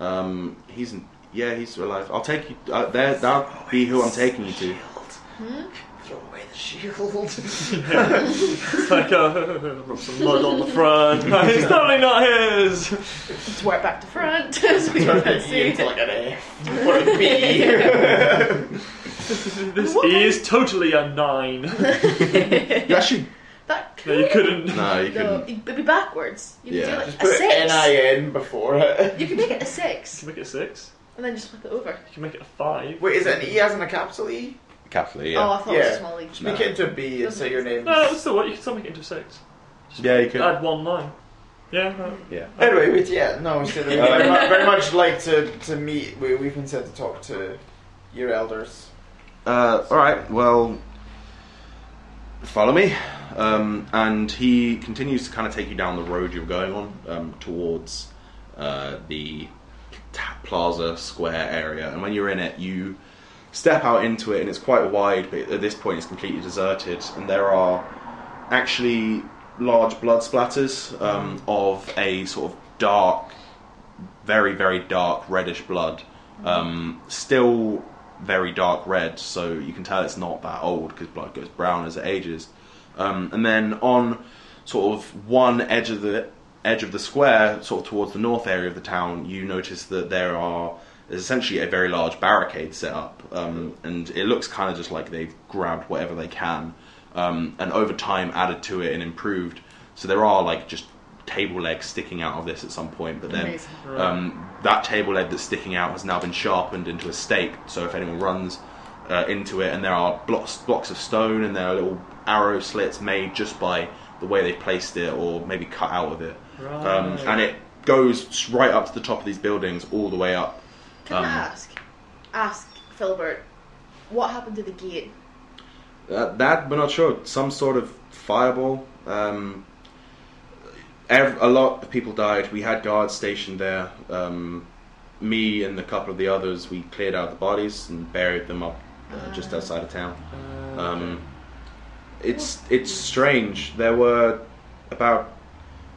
Um, he's yeah, he's alive. I'll take you uh, there. That'll be who I'm taking you to.
Throw away the Hmm? shield.
It's like, uh, rub some mud on the front. No, it's definitely not his.
it's right back to front. so we can see.
into like an F. What a B.
This
What
is totally a nine.
You actually
That could
No, you couldn't.
No, you
No,
couldn't.
it'd be backwards. You could
Yeah.
do
Just
like a
put
six.
NIN before it.
You could make it a six
You can make it a six.
and then just flip it over.
You can make it a five.
Wait, is it an E as in a capital E?
Capital, E,
Oh,
yeah.
I thought it was
Yeah.
a small league.
Just make it into a B and say your name.
No, that's still what you can still make it into a six.
Yeah, you could.
Oh.
Add one line. Yeah. no.
yeah.
Anyway, we, yeah, no, so we
Uh,
very, mu- very much like to, to meet. We, we've been said to talk to your elders.
Uh, all right. Well, follow me. Um, and he continues to kind of take you down the road you're going on um, towards uh, the ta- plaza square area. And when you're in it, you step out into it, and it's quite wide, but at this point, it's completely deserted. And there are actually large blood splatters um, of a sort of dark very, very dark reddish blood. Um, still very dark red, so you can tell it's not that old because blood goes brown as it ages. Um, and then on sort of one edge of the edge of the square, sort of towards the north area of the town, you notice that there are there's essentially a very large barricade set up, um, and it looks kind of just like they've grabbed whatever they can, um, and over time added to it and improved. So there are like just table legs sticking out of this at some point, but then
Amazing.
um, that table leg that's sticking out has now been sharpened into a stake. So if anyone runs uh, into it, and there are blocks blocks of stone, and there are little arrow slits made just by the way they placed it, or maybe cut out of it, um,
Right.
and it goes right up to the top of these buildings, all the way up.
Can
Um,
I ask? Ask Filbert, what happened to the gate?
Uh, that we're not sure. Some sort of fireball. Um, ev- a lot of people died. We had guards stationed there. Um, me and a couple of the others, we cleared out the bodies and buried them up uh, just outside of town.
uh,
Um, it's it's strange. There were about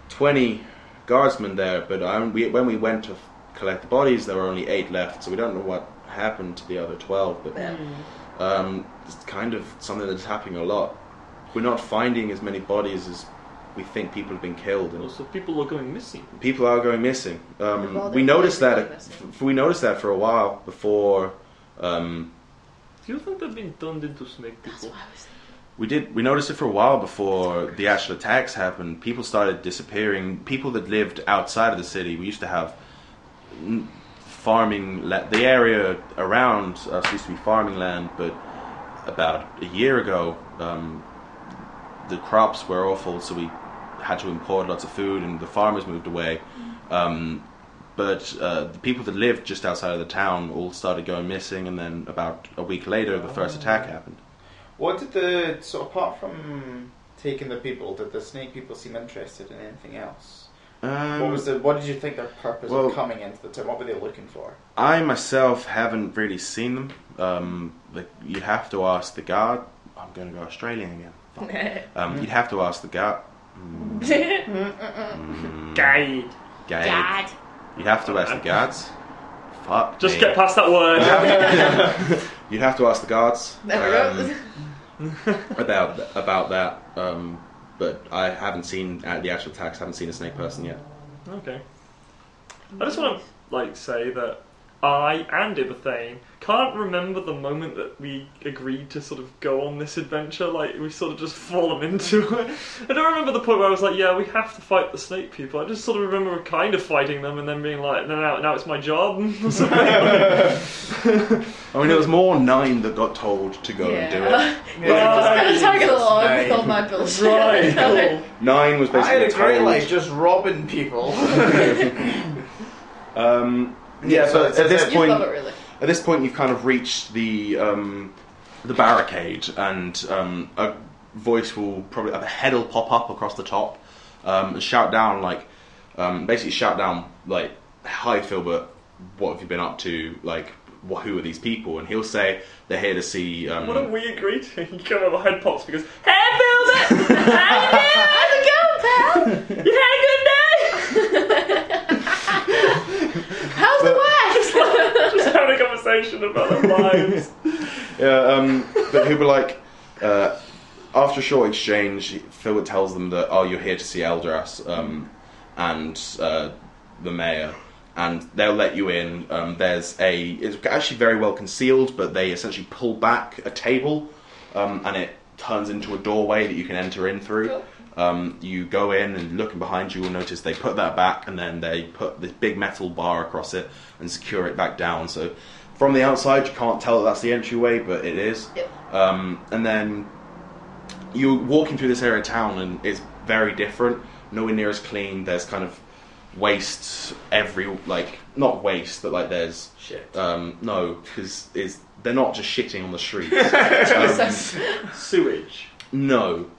twenty guardsmen there, but um, we, when we went to f- collect the bodies, there were only eight left. So we don't know what happened to the other twelve. But um, it's kind of something that's happening a lot. We're not finding as many bodies as we think people have been killed, and
Also, people are going missing.
people are going missing.
Well,
Um,
they're
we noticed that
going missing.
f- we noticed that for a while before. Um,
Do you think they've been turned into snake
That's
people?
what I was thinking.
We did. We noticed it for a while before the actual attacks happened. People started disappearing. People that lived outside of the city. We used to have mm, farming. La- the area around us used to be farming land, but about a year ago, um, the crops were awful, so we had to import lots of food, and the farmers moved away. Um, but uh, the people that lived just outside of the town all started going missing, and then about a week later, the first attack happened.
What did the. So apart from taking the people, did the snake people seem interested in anything else?
Um,
What was the? What did you think their purpose
well-
of coming into the town? What were they looking for?
I myself haven't really seen them. Um, like you'd have to ask the guard. I'm going to go Australian again. Fuck. um,
Hmm.
you'd have to ask the guard.
Guide.
Guide. You'd have to ask the guards. Fuck.
Just
me.
get past that word.
You'd have to ask the guards.
There we go.
um, about th- about that. Um, but I haven't seen at the actual attacks. Haven't seen a snake person yet.
Okay. I just want to like say that I and Ibathane can't remember the moment that we agreed to sort of go on this adventure. Like we've sort of just fallen into it. I don't remember the point where I was like, "Yeah, we have to fight the snake people." I just sort of remember kind of fighting them and then being like, "No, now, now it's my job." or something.
I mean, there was more nine that got told to go and do it.
Yeah. I'm tagging along with all my bullshit.
right. Cool.
Nine was
I had
basically
a great
told.
life just robbing people.
Um, yeah,
so
but
it's-
at this
You
point,
love it, really.
At this point, you've kind of reached the um, the barricade, and um, a voice will probably a head will pop up across the top um, and shout down like um, basically shout down like hi Filbert, what have you been up to? Like what, who are these people? And he'll say they're here to see. Um,
What did we agree to? You come over head pops because hey,
How's it going, pal? You had a good day? How's the West?
just having a conversation about their lives.
yeah, um, but who were like, uh, after a short exchange, Philip tells them that, oh, you're here to see Eldras um, and uh, the mayor, and they'll let you in. Um, there's a, it's actually very well concealed, but they essentially pull back a table, um, and it turns into a doorway that you can enter in through. Um, you go in and looking behind you, you'll notice they put that back and then they put this big metal bar across it and secure it back down. So from the outside, you can't tell that that's the entryway, but it is.
Yep.
Um, and then you're walking through this area of town and it's very different. Nowhere near as clean. There's kind of waste every like not waste, but like there's
Shit.
um, no because is they're not just shitting on the streets. Um,
Jesus.
Sewage.
No.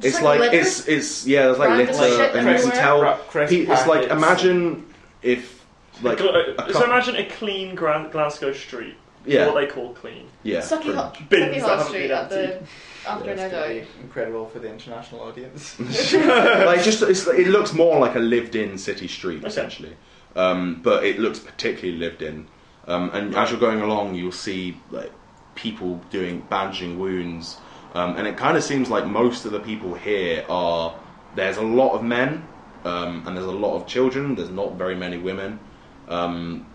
Just
It's
like
like,
litter?
it's it's yeah, there's like
Random
litter,
shit
and you can
everywhere?
tell.
Ra- crisp
pe- it's like
packets.
imagine if like
Gl-
a
uh, so
cou-
imagine a clean Gran- Glasgow street.
yeah
What they call clean.
yeah
Sucky Hot,
Bins that
Sucky Hot
haven't
Street
been
at the After
Yeah,
Nido.
Incredible for the international audience.
like just it's, it looks more like a lived-in city street
Okay.
essentially, um, but it looks particularly lived-in. Um, and as you're going along, you'll see like people doing bandaging wounds, um, and it kind of seems like most of the people here are there's a lot of men um, and there's a lot of children. There's not very many women. Um,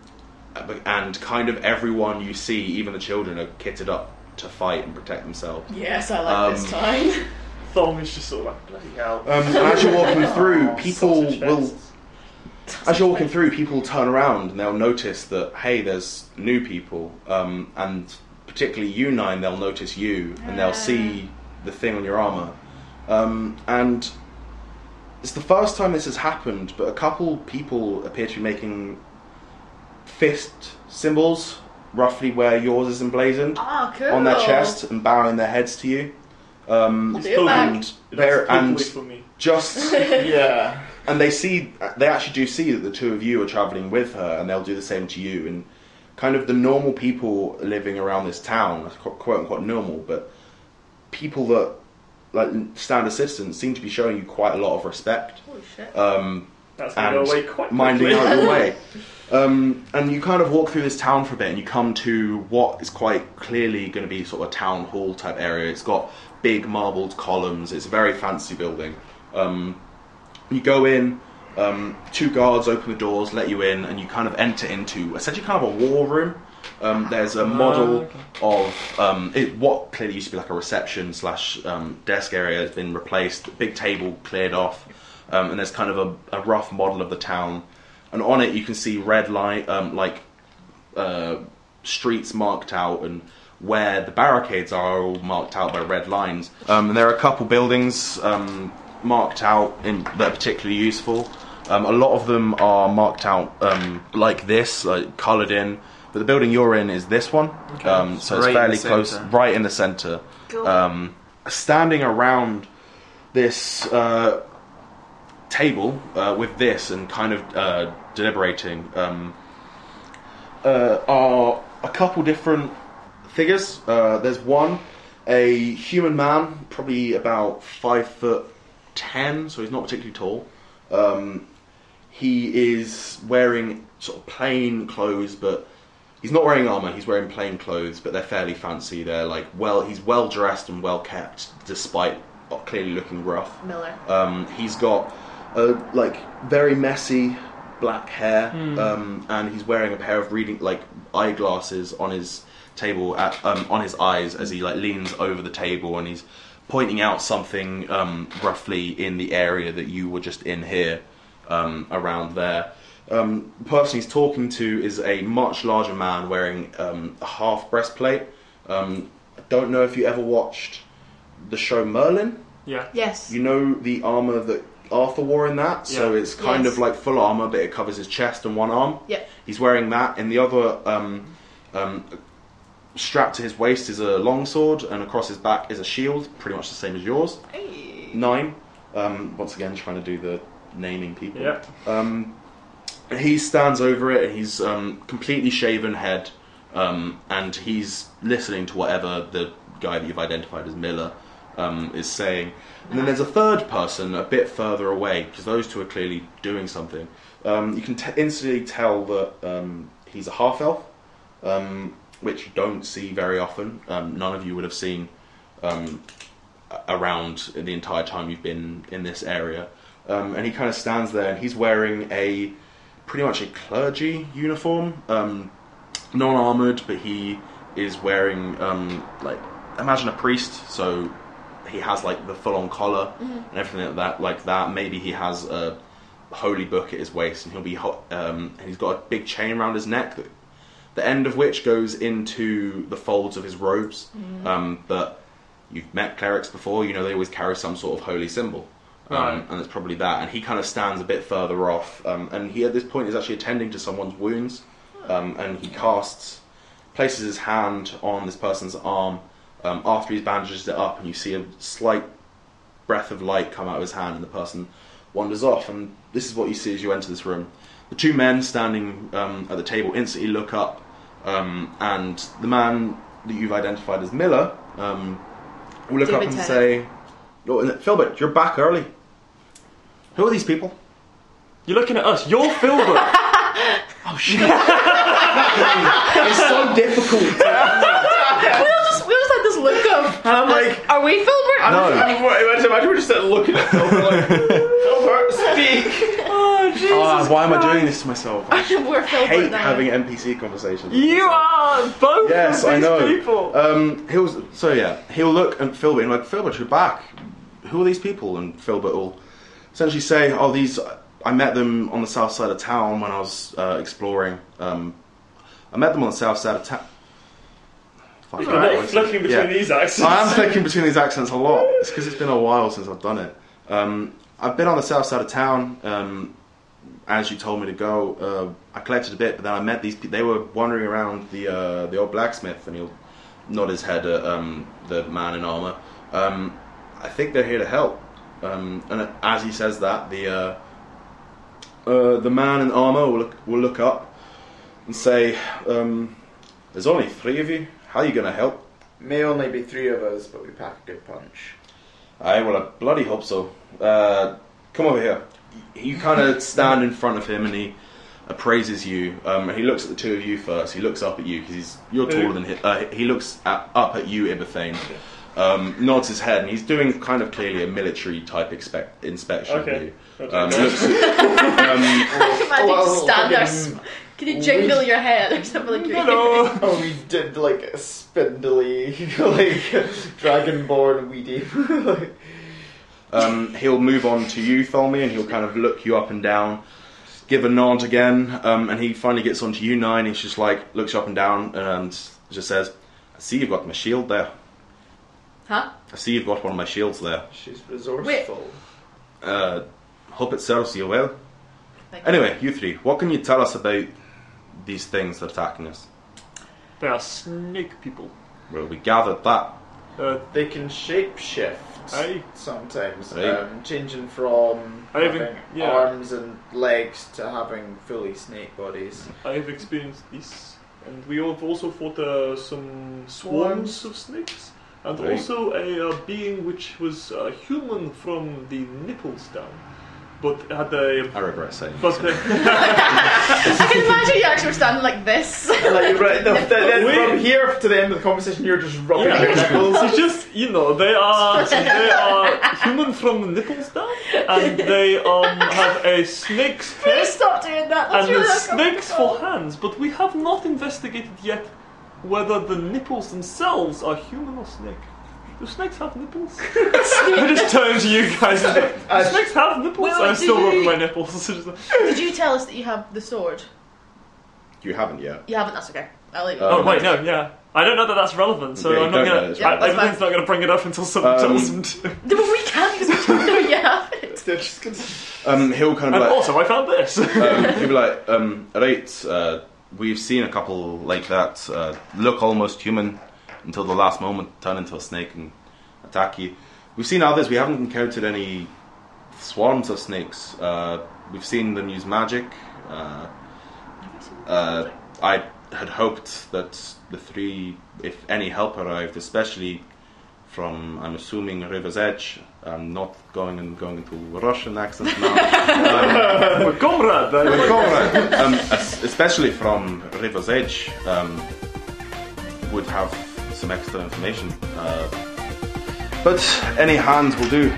and kind of everyone you see, even the children, are kitted up to fight and protect themselves.
Yes, I
like this Um,
time.
Thom is just sort of like bloody hell.
Um, and as you're walking through,
Aw,
people
Oh, sausage
will
fests.
As you're walking through, people turn around and they'll notice that hey, there's new people, um, and particularly you nine, they'll notice you and they'll see the thing on your armor. Um, and it's the first time this has happened, but a couple people appear to be making fist symbols, roughly where yours is emblazoned,
Ah, cool.
on their chest and bowing their heads to you. Um,
I'll do it back.
and
That's
they're- and
totally for me.
just
yeah.
and they see they actually do see that the two of you are traveling with her and they'll do the same to you and kind of the normal people living around this town qu- quote unquote normal but people that like stand assistance seem to be showing you quite a lot of respect
Holy shit.
um,
That's gonna go
and
away quite
minding
quickly.
out your way. Um, and you kind of walk through this town for a bit, and you come to what is quite clearly going to be sort of a town hall type area. It's got big marbled columns. It's a very fancy building. Um, you go in. Um, two guards open the doors, let you in, and you kind of enter into essentially kind of a war room. Um, there's a model of um, it, what clearly used to be like a reception slash um, desk area has been replaced. Big table cleared off, um, and there's kind of a, a rough model of the town. And on it, you can see red light, um, like uh, streets marked out and where the barricades are are all marked out by red lines. Um, and there are a couple buildings um, marked out in, that are particularly useful. Um, a lot of them are marked out um, like this, like coloured in. But the building you're in is this one, um, so it's
Right in
fairly
the
close,
centre.
right in the centre.
Cool.
Um, standing around this uh, table uh, with this and kind of uh, deliberating um, uh, are a couple different figures. Uh, there's one, a human man, probably about five foot ten, so he's not particularly tall. Um, he is wearing sort of plain clothes, but he's not wearing armor. He's wearing plain clothes, but they're fairly fancy. They're like well, he's well dressed and well kept, despite clearly looking rough.
Miller.
Um, he's got uh, like very messy black hair, um, and he's wearing a pair of reading like eyeglasses on his table at, um, on his eyes as he like leans over the table and he's pointing out something um, roughly in the area that you were just in here um, around there. Um, the person he's talking to is a much larger man wearing um, a half breastplate. Um, I don't know if you ever watched the show Merlin.
Yeah.
Yes.
You know the armor that Arthur wore in that, so
Yeah.
it's kind
Yes.
of like full armor, but it covers his chest and one arm.
Yep.
He's wearing that, and the other um, um, strapped to his waist is a longsword, and across his back is a shield, pretty much the same as yours.
Hey.
Nine. Um, once again, trying to do the naming people.
Yeah.
Um, he stands over it, and he's um, completely shaven head, um, and he's listening to whatever the guy that you've identified as Miller um, is saying. And then there's a third person a bit further away because those two are clearly doing something. Um, you can t- instantly tell that um, he's a half elf, um, which you don't see very often. Um, none of you would have seen um, a- around the entire time you've been in this area. Um, and he kind of stands there and he's wearing a pretty much a clergy uniform, um, non armored, but he is wearing um, like imagine a priest, so he has like the full on collar and everything like that. Like that, maybe he has a holy book at his waist, and he'll be ho um, and he's got a big chain around his neck that the end of which goes into the folds of his robes. Um, but you've met clerics before, you know they always carry some sort of holy symbol. Um,
Right.
And it's probably that. And he kind of stands a bit further off. Um, and he, at this point, is actually attending to someone's wounds. Um, and he casts, places his hand on this person's arm um, after he's bandaged it up. And you see a slight breath of light come out of his hand. And the person wanders off. And this is what you see as you enter this room. The two men standing um, at the table instantly look up, um, and the man that you've identified as Miller um, will look
David
up and
Tennant.
say, oh, and- Philbert, you're back early. Who are these people?
You're looking at us. You're Philbert.
Oh, shit. it's so difficult.
We always had this look of,
And I'm like,
are we Filbert?
I'm,
No.
I'm, I'm, imagine we're just sitting looking at Philbert like, Philbert, speak.
Oh, why am I doing this to myself? I
We're Filbert
hate
now.
having NPC conversations.
you are both
Yes,
of
I
these
know.
people.
Um, he'll so yeah, he'll look at Philbert and like Philbert, you're back. Who are these people? And Philbert will essentially say, "Oh, these I met them on the south side of town when I was uh, exploring. Um, I met them on the south side of town." Fuck,
You're
I
not
always-
flicking between
yeah.
these axes.
I am flicking between these accents a lot. It's because it's been a while since I've done it. Um, I've been on the south side of town um, as you told me to go. Uh, I collected a bit, but then I met these. pe- They were wandering around the uh, the old blacksmith, and he'll nod his head at um, the man in armor. Um, I think they're here to help. Um, and as he says that, the uh, uh, the man in armor will look, will look up and say, um, "There's only three of you. How are you going to help?"
May only be three of us, but we pack a good punch.
I well, I bloody hope so. Uh, come over here. You kind of stand in front of him, and he appraises you. Um, and he looks at the two of you first. He looks up at you because you're taller than him. Uh, he looks at, up at you, Ibathane. Um, nods his head, and he's doing kind of clearly a military type expect, inspection
Okay.
of you. Um, looks um, at,
I can imagine
Oh,
Well,
just stand there.
fucking-
sm- Can you jingle your head or something like your
Hello.
Oh, we did like a spindly, like dragonborn weedy. like,
um, he'll move on to you, Tholme, and he'll kind of look you up and down, give a nod again, um, and he finally gets onto you nine. He's just like looks you up and down and just says, "I see you've got my shield there."
Huh?
I see you've got one of my shields there.
she's resourceful.
Uh, hope it serves you well.
Thank you.
Anyway, you three, what can you tell us about these things that are attacking us?
They are snake people.
Well, we gathered that.
Uh,
They can shapeshift
Aye.
sometimes,
Aye.
um, changing from
I even-
having
yeah.
arms and legs to having fully snake bodies.
I have experienced this, and we have also fought uh, some swarms of snakes, and
Right.
also a uh, being which was uh, human from the nipples down, but had a
I regret saying.
but
this.
the,
I can imagine you actually were standing like this.
like, you're right, no, th- then
Wait.
from here to the end of the conversation, you're just rubbing
Yeah.
your nipples.
it's just you know they are they are human from the nipples down, and they um have a snake's
Please
head
stop doing that. That's
and
really
the snakes for
uncomfortable.
hands, but we have not investigated yet whether the nipples themselves are human or snake. Do snakes have nipples? I just turn to you guys. and go,
I-
Do snakes have nipples?
Wait, wait,
I'm
do
still
you-
rubbing my nipples.
Did you tell us that you have the sword?
You haven't yet.
You haven't. That's okay. I'll leave it.
Uh,
oh wait, no, yeah. I don't know that that's relevant, so
Yeah, you
I'm not
don't know
gonna.
that's
I,
relevant.
everything's not gonna bring it up until someone
Um,
tells them to.
no, but we can't because we don't know you have it.
They're just gonna-
Um, he'll kind
And
of be like,
also, I found this.
um, he'll be like, um, right, uh, we've seen a couple like that uh, look almost human until the last moment, turn into a snake and attack you. We've seen others. We haven't encountered any swarms of snakes. Uh, we've seen them use magic. Uh, uh, I had hoped that the three, if any help arrived, especially from, I'm assuming, River's Edge. I'm not going and going into Russian accent now. Um,
My comrade.
with
uh,
Cobra, um, es- especially from River's Edge, um, would have some extra information. Uh, but any hands will do.